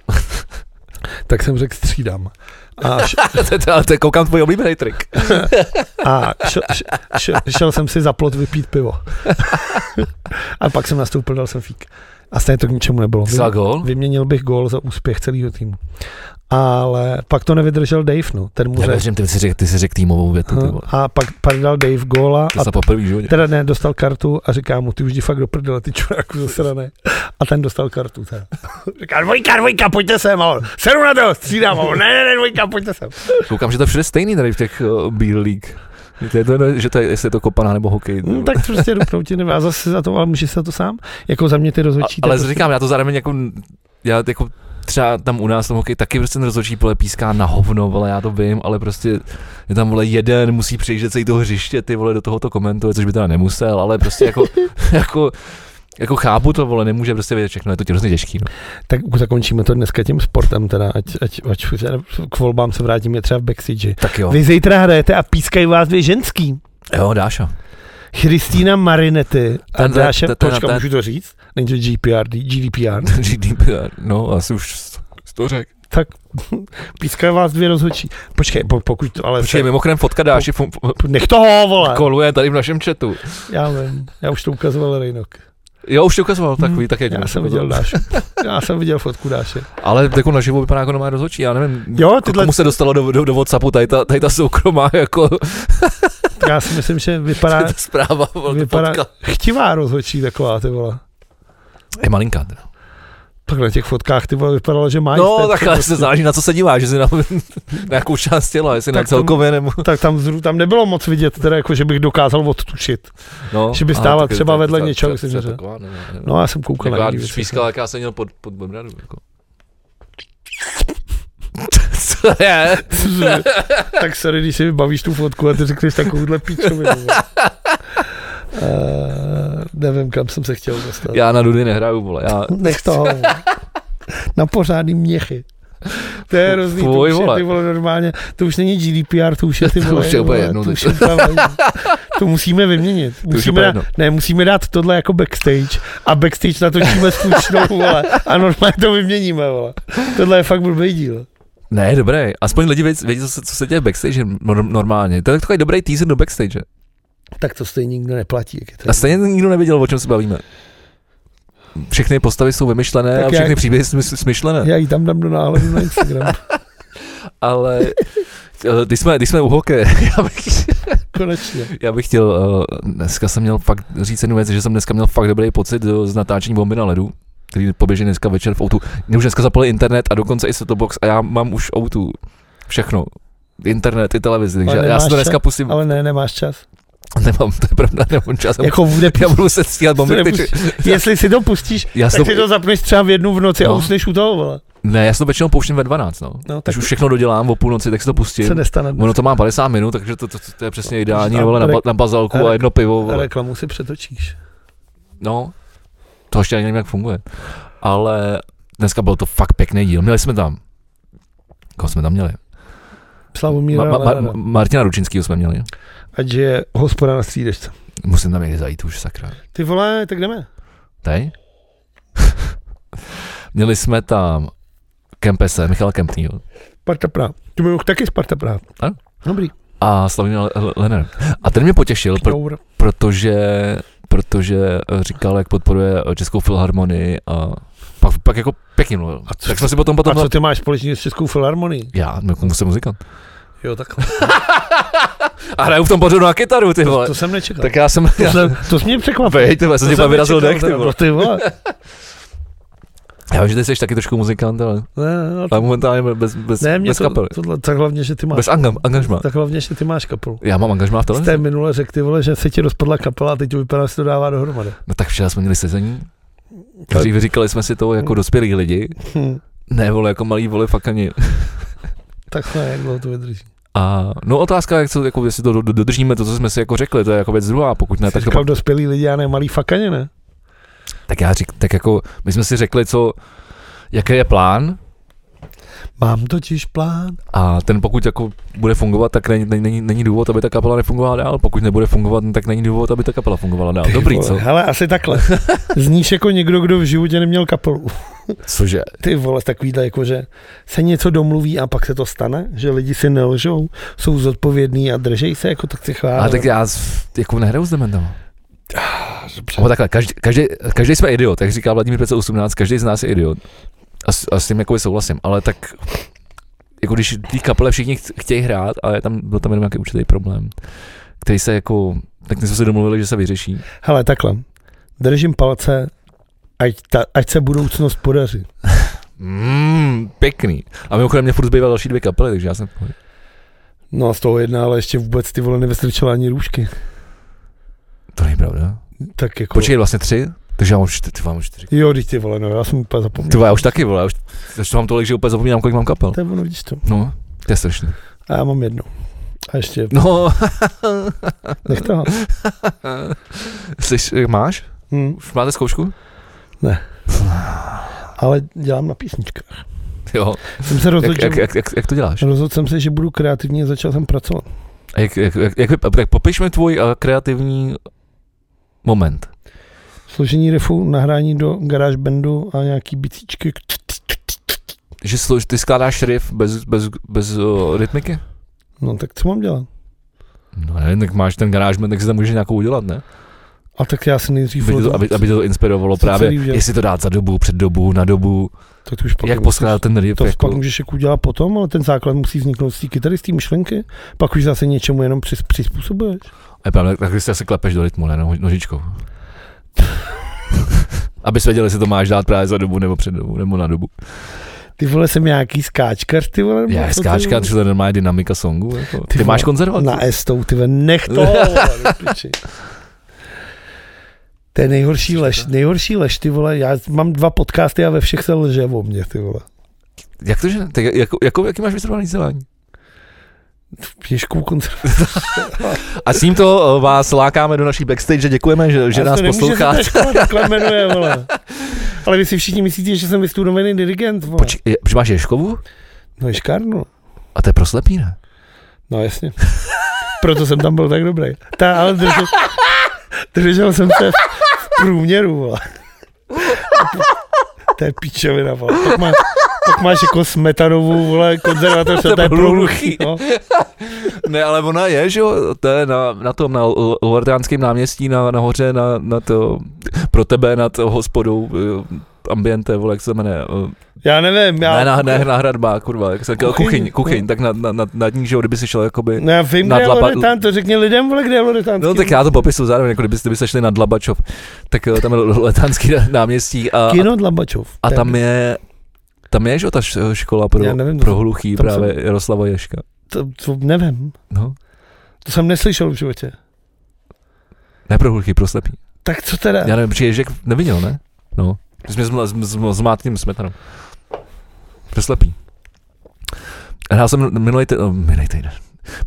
(laughs) tak jsem řekl, střídám. A, š, to, je- to, ale to je, koukám tvůj oblíbený trik. a šel, š, š, šel jsem si za plot vypít pivo. (laughs) a pak jsem nastoupil, dal jsem fík. A stejně to k ničemu nebylo. Za gol? Vyměnil bych gól za úspěch celého týmu. Ale pak to nevydržel Dave, no. Ten mu Já řekl, věřím, ty jsi řekl, ty jsi řekl týmovou větu, ty Hm, vole. A pak, pak dal Dave góla To a jsi poprvé v (laughs) životě. teda ne, dostal kartu a říká mu, ty už jdi fakt do prdele, ty čuráku zasrané. A ten dostal kartu teda. (laughs) Říká, dvojka, dvojka, pojďte sem, a on, seru na to, střídám, a on, ne, ne, ne, dvojka, pojďte (laughs) sem. Koukám, že to je všude stejný tady v těch uh, Beer League. To je to, jedno, že to je, jestli je to kopaná nebo hokej. Hmm, tak prostě jdu proti nebo a zase za to, ale můžeš za to sám, jako za mě ty A- rozhodčí. ale tak- říkám, já to zároveň jako, já jako třeba tam u nás tam hokej taky prostě ten rozhodčí pole píská na hovno, vole, já to vím, ale prostě je tam vole jeden, musí přejít celý toho hřiště, ty vole do tohoto komentuje, což by teda nemusel, ale (laughs) prostě jako, jako, jako chápu to, vole, nemůže prostě vědět všechno, je to tě hrozně těžký. No. Tak zakončíme to dneska tím sportem teda, ať, ať, ať už já k volbám se vrátíme třeba v backstage. Tak jo. Vy zítra hrajete a pískají vás dvě ženský. Jo, Dáša. Christina Marinetti a Tenhle- dáš, ten- ten- počka, ten- můžu to říct? Není to GPR, GDPR. (laughs) (laughs) GDPR, no asi už jsi to řekl. Tak píská vás dvě rozhodčí. Počkej, po, pokud to ale... Počkej, Jako- mimochodem fotka dáši fun- Nech toho, vole! koluje tady v našem chatu. Já vím, já už to ukazoval Rejnok. Jo, už to ukazoval Hmm. takový, tak jak Já jsem viděl Dášu. Já jsem viděl fotku (laughs) Dáše. Ale jako naživo vypadá jako nová rozhodčí, já nevím, Jo, k- tyhle- Jako komu se dostalo do, do, do WhatsAppu tady ta, tady ta soukromá jako Tak Já si myslím, že (laughs) vypadá ta zpráva, vole, vypadá- vypadá... fotka. chtivá rozhodčí taková, ty vole. Je malinká. Teda. Pak na těch fotkách ty vole vypadalo, že má No, tak ale se záleží, na co se díváš, jestli na, na jakou část těla, jestli Tak na to- celkově nebo... (laughs) tak tam, zru, tam nebylo moc vidět, teda jako, že bych dokázal odtušit. No, Že by aha, stála tak je to třeba tak- vedle tak- něčeho, tak- myslím, to je že- taková, ne, ne, ne. No a já jsem koukal Taková na jiný věci. špískala, jaká se měl pod, pod bebradu. Jako. (laughs) Co je? (laughs) tak sorry, když si vybavíš tu fotku a ty řekneš takovouhle píčovinu. Uh, (laughs) nevím, kam jsem se chtěl dostat. Já na dudy nehraju, vole. Já, Nech toho. Na pořádný měchy. To je hrozný, to Tvoj, už je vole. ty vole normálně, to už není GDPR, to už je ty (laughs) To vole, už je úplně vole, jedno to, teď. už je úplně jedno. to musíme vyměnit, je musíme, úplně dát, jedno. ne, musíme dát tohle jako backstage a backstage natočíme slušnou, vole, a normálně to vyměníme, vole. Tohle je fakt blbý díl. ne, dobré. Aspoň lidi vědí, vědí co, se, co se děje v backstage nor- normálně. To je takový dobrý teaser do backstage. Tak to stejně nikdo neplatí, jak je to. A stejně nikdo nevěděl, o čem se bavíme. Všechny postavy jsou vymyšlené Tak a všechny jak- příběhy jsou smysl- smyšlené. Já ji tam dám do náhledu na Instagram. (laughs) Ale eh, když jsme, když jsme u hokeje, (laughs) já bych, Konečně. já bych chtěl, eh, dneska jsem měl fakt říct jednu věc, že jsem dneska měl fakt dobrý pocit eh, z natáčení bomby na ledu, který poběží dneska večer v outu. Mě už dneska zapali internet a dokonce i Sotobox a já mám už outu všechno. Internet i televizi, takže Ale já si to nemáš dneska čas, pustím. Ale... Ale ne, nemáš čas. (laughs) Nemám, to je pravda, (laughs) nemám čas. Jako... Jako bude, Já budu se stíhat bomby, To které... nepustíš. (laughs) jestli si to pustíš, Já si tak to, si to zapneš třeba v jednu v noci a No. usneš u toho, vole. ne, já si to většinou pouštím ve 12, no. No, tak Když už všechno dodělám o půlnoci, tak si to pustím. se nestane. Ono to má 50 minut, takže to, to, to, to je přesně ideální, Tam vole, na, rek- ba- na bazalku rek- a jedno pivo, A vole. reklamu si přetočíš. No, to ještě ani nevím, jak funguje. Ale dneska byl to fakt pěkný díl. Měli jsme tam, koho jsme tam měli? Ma, Slavomíra ma, ma, Lehrara. Martina Ručinskýho jsme měli. Ať je hospoda na střídečce. Musím tam někdy zajít už, sakra. Ty vole, tak jdeme. Tady? (laughs) měli jsme tam Kempese, Michal Kempnýho Sparta Praha. Ty byl taky Sparta Praha. Ano. Dobrý. a Slavina Lenner. A ten mě potěšil, pro, Pr- protože, protože eh, říkal, jak podporuje eh, Českou filharmonii a pak, pak jako pěkně mluvil. A co- tak jsme si potom potom... a co ty máš společně s Českou filharmonií? Já, no, komu jsem muzikant. Jo, takhle. A hraju v tom pořadu na kytaru, (laughs) ty To, vole. to jsem nečekal. Tak já jsem... to, jsem, to jsi mě překvapil. Vej, ty vole, jsem To ti jsem pak vyrazil nečekal, dech, ty teda, vole. no Ty vole. (laughs) Já vím, že ty jsi taky trošku muzikant, ale, Ne, no, ale momentálně bez, bez, Ne, mě bez to, kapely. tohle, tak hlavně, že ty máš, Bez angam, angažma. tak hlavně, že ty máš kapelu. Já mám angažma v Z televizi. té minule řekl ty vole, že se ti rozpadla kapela a teď to vypadá, že se to dává dohromady. No tak včera jsme měli sezení. Tak- Dřív říkali jsme si to jako dospělí lidi. Hm, Ne, vole, jako malí vole, fakt ani. tak ne, jak dlouho to vydrží. A no otázka, jak to, jako, jestli to do- do- dodržíme, to, co jsme si jako řekli, to je jako věc druhá, pokud ne, Jsi tak, to, říkal dospělí lidi a ne malý fakaně, ne? tak já řík, tak jako, my jsme si řekli, co, jaký je plán Mám totiž plán. a ten pokud jako bude fungovat, tak není, není, není důvod, aby ta kapela nefungovala dál, pokud nebude fungovat, no, tak není důvod, aby ta kapela fungovala dál. Ty Dobrý, vole, co? Hele, asi (laughs) takhle. Zníš jako někdo, kdo v životě neměl kapelu. (laughs) Cože? Ty vole, takovýhle jako, že se něco domluví a pak se to stane, že lidi si nelžou, jsou zodpovědní a držej se, jako tak si chválí. A tak já s- jako nehraju s dementama. Ah, dobře. Nebo takhle, každý, každý, každý jsme idiot, jak říká Vladimír 518, každý z nás je idiot. A s, a s tím jako souhlasím, ale tak jako když ty kapele všichni chc- chtějí hrát, ale tam byl tam jenom nějaký určitý problém, který se jako, tak my jsme se domluvili, že se vyřeší. Hele, takhle. Držím palce, ať, ta, ať se budoucnost podaří. Mm, pěkný. A mimochodem mě furt zbývá další dvě kapely, takže já jsem v pohodě. No a z toho jedna, ale ještě vůbec ty vole nevystrčila ani růžky. To není pravda. Tak jako... Počkej, vlastně tři? Takže já mám čtyři, ty, vole, já mám čtyři. Jo, teď ty vole, no, já jsem úplně zapomněl. Ty, vole, já už taky, vole, já už, já mám tolik, že úplně zapomínám, kolik mám kapel. To je ono, vidíš to. No, to je strašný. A já mám jednu. A ještě, No, (laughs) nech toho. Slyš, máš? Hm. Už máte zkoušku? Ale dělám na písničkách. Jo. (laughs) Jsem se rozhodl, Jak, jak, že... jak, jak, jak to No. děláš? Rozhodl jsem se, že budu kreativní a začal jsem pracovat. A Jak, jak, jak, jak, vyp- tak popiš mi tvůj eh, kreativní Moment. Složení riffu, nahrání do garage bandu a nějaký bicíčky. Že slo- ty skládáš riff bez, bez, bez uh, rytmiky? No tak co mám dělat? No ne, tak máš ten GarageBand, tak si tam můžeš nějakou udělat, ne? A tak já si nejdřív... Aby tě to, lezl- aby, aby tě to inspirovalo Co právě, celý udělat? jestli to dát za dobu, před dobu, na dobu, Tak to už pak jak musíš- poskládat ten riff. To jako, pak můžeš jako udělat potom, ale ten základ musí vzniknout z té kytary, z té myšlenky. Pak už zase něčemu jenom přis, přizpůsobuješ. A je pravda, tak se asi klepeš do rytmu, ne, no, nožičkou. (laughs) Abys věděl, jestli to máš dát právě za dobu, nebo před dobu, nebo na dobu. Ty vole, jsem nějaký skáčkař, ty vole. nebo Já co skáčka, ty, že to je normální dynamika songu. Jako. Ty, Ty máš vole, konzervaci. Na estou, ty vole, nech to. vole, (laughs) do piči. to je nejhorší lež, nejhorší lež, ty vole. Já mám dva podcasty a ve všech se lže o mě, ty vole. Jak to, že? ne? Tak jako, jako, jaký máš vystudovaný vzdělání? Pěškou koncert. A s tímto eh, vás lákáme do naší backstage, děkujeme, že, že Ale nás to nemůže posloucháte. se ta škola takhle jmenuje, vole. Ale vy si všichni myslíte, že jsem vystudovaný dirigent, vole. Poč- je, že máš Ješkovu? No i škárnu. A to je pro slepý, ne? No jasně. Proto jsem tam byl tak dobrý. Ta, ale držel, držel jsem se v průměru. Vole. To je píčovina, vole. Tak, má, tak máš jako smetanovou, vole, konzervatoř, a to je průruchý. No. Ne, ale ona je, že jo, to je na, na tom, na L- Lordánském náměstí, na, nahoře, na, na to, pro tebe nad hospodou, eh, ambiente, vole, jak se jmenuje, eh, Já nevím, já... ne, na, ne, na hradba, kurva, jak se, kuchyň, kuchyň, Kuchyň, kuchyň tak nad na, na, nad ní, že jo, kdyby si šel, jakoby, No já vím, na kde je dlapa- Loretán, to řekni lidem, vole, kde je Loretánský. No tak já to popisuju zároveň, jako kdybyste by se šli na Dlabačov, tak eh, tam je letánský (laughs) náměstí a, Kino Dlabačov. a To je- tam je, tam je, že jo, ta š- škola pro, Já nevím, pro hluchý tam právě Jaroslava Ješka. To, to, nevím, No, to jsem neslyšel v životě. ne pro hluchý, pro slepý. Tak co teda? Já nevím, protože Ježek neviděl, ne? No. My jsme s, mla- s, s, s Mátným Smetanou. Pro slepý. Hrál jsem minulý, te, oh, minulý týden.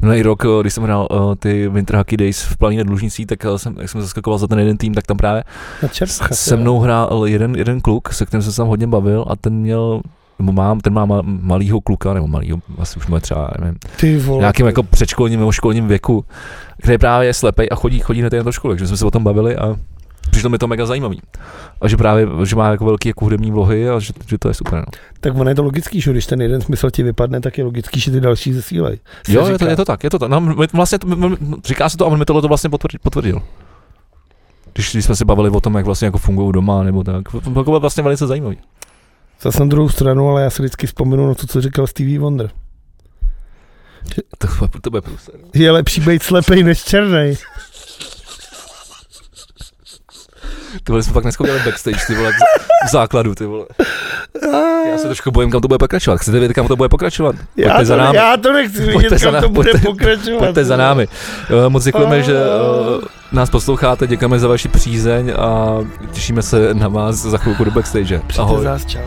Minulý rok, eh, když jsem hrál eh, ty Winter Hockey Days v Planíně Dlužnicí, tak eh, jsem, jak jsem zaskakoval za ten jeden tým, tak tam právě Na Červcha. se mnou hrál jeden, jeden kluk, se kterým jsem se tam hodně bavil a ten měl nebo mám, ten má ma- malýho kluka, nebo malýho, asi už mu je třeba, nevím, Ty vole. nějakým jako předškolním nebo školním věku, kde právě je slepej a chodí, chodí na ty na to školu, takže jsme se o tom bavili a přišlo mi to mega zajímavý. A že právě, že má jako velký jako hudební vlohy a že, že to je super. No. Tak ono je to logický, že když ten jeden smysl ti vypadne, tak je logický, že ty další zesílej. Se Jo, je říká. to, je to tak, je to tak. No, my- vlastně to, my- my- říká se to a on mi tohle to vlastně potvrdil. potvrdil. Když, když jsme se bavili o tom, jak vlastně jako fungují doma nebo tak. To bylo vlastně velice zajímavý. Zas na druhou stranu, ale já si vždycky vzpomenu na to, co říkal Stevie Wonder. To, to bude plus. Je lepší být slepej než černej. Ty vole, jsme fakt dneska udělali backstage, ty vole, v zá- v základu, ty vole. Já se trošku bojím, kam to bude pokračovat. Chcete vědět, kam to bude pokračovat? Já Pojďte to, za námi. já to nechci Pojďte vidět, za kam to námi, bude pojďte- pokračovat. Pojďte za námi. Eh, Moc děkujeme, že eh, nás posloucháte, děkujeme za vaši přízeň a těšíme se na vás za chvilku do backstage. Přijďte Ahoj. zás, čau.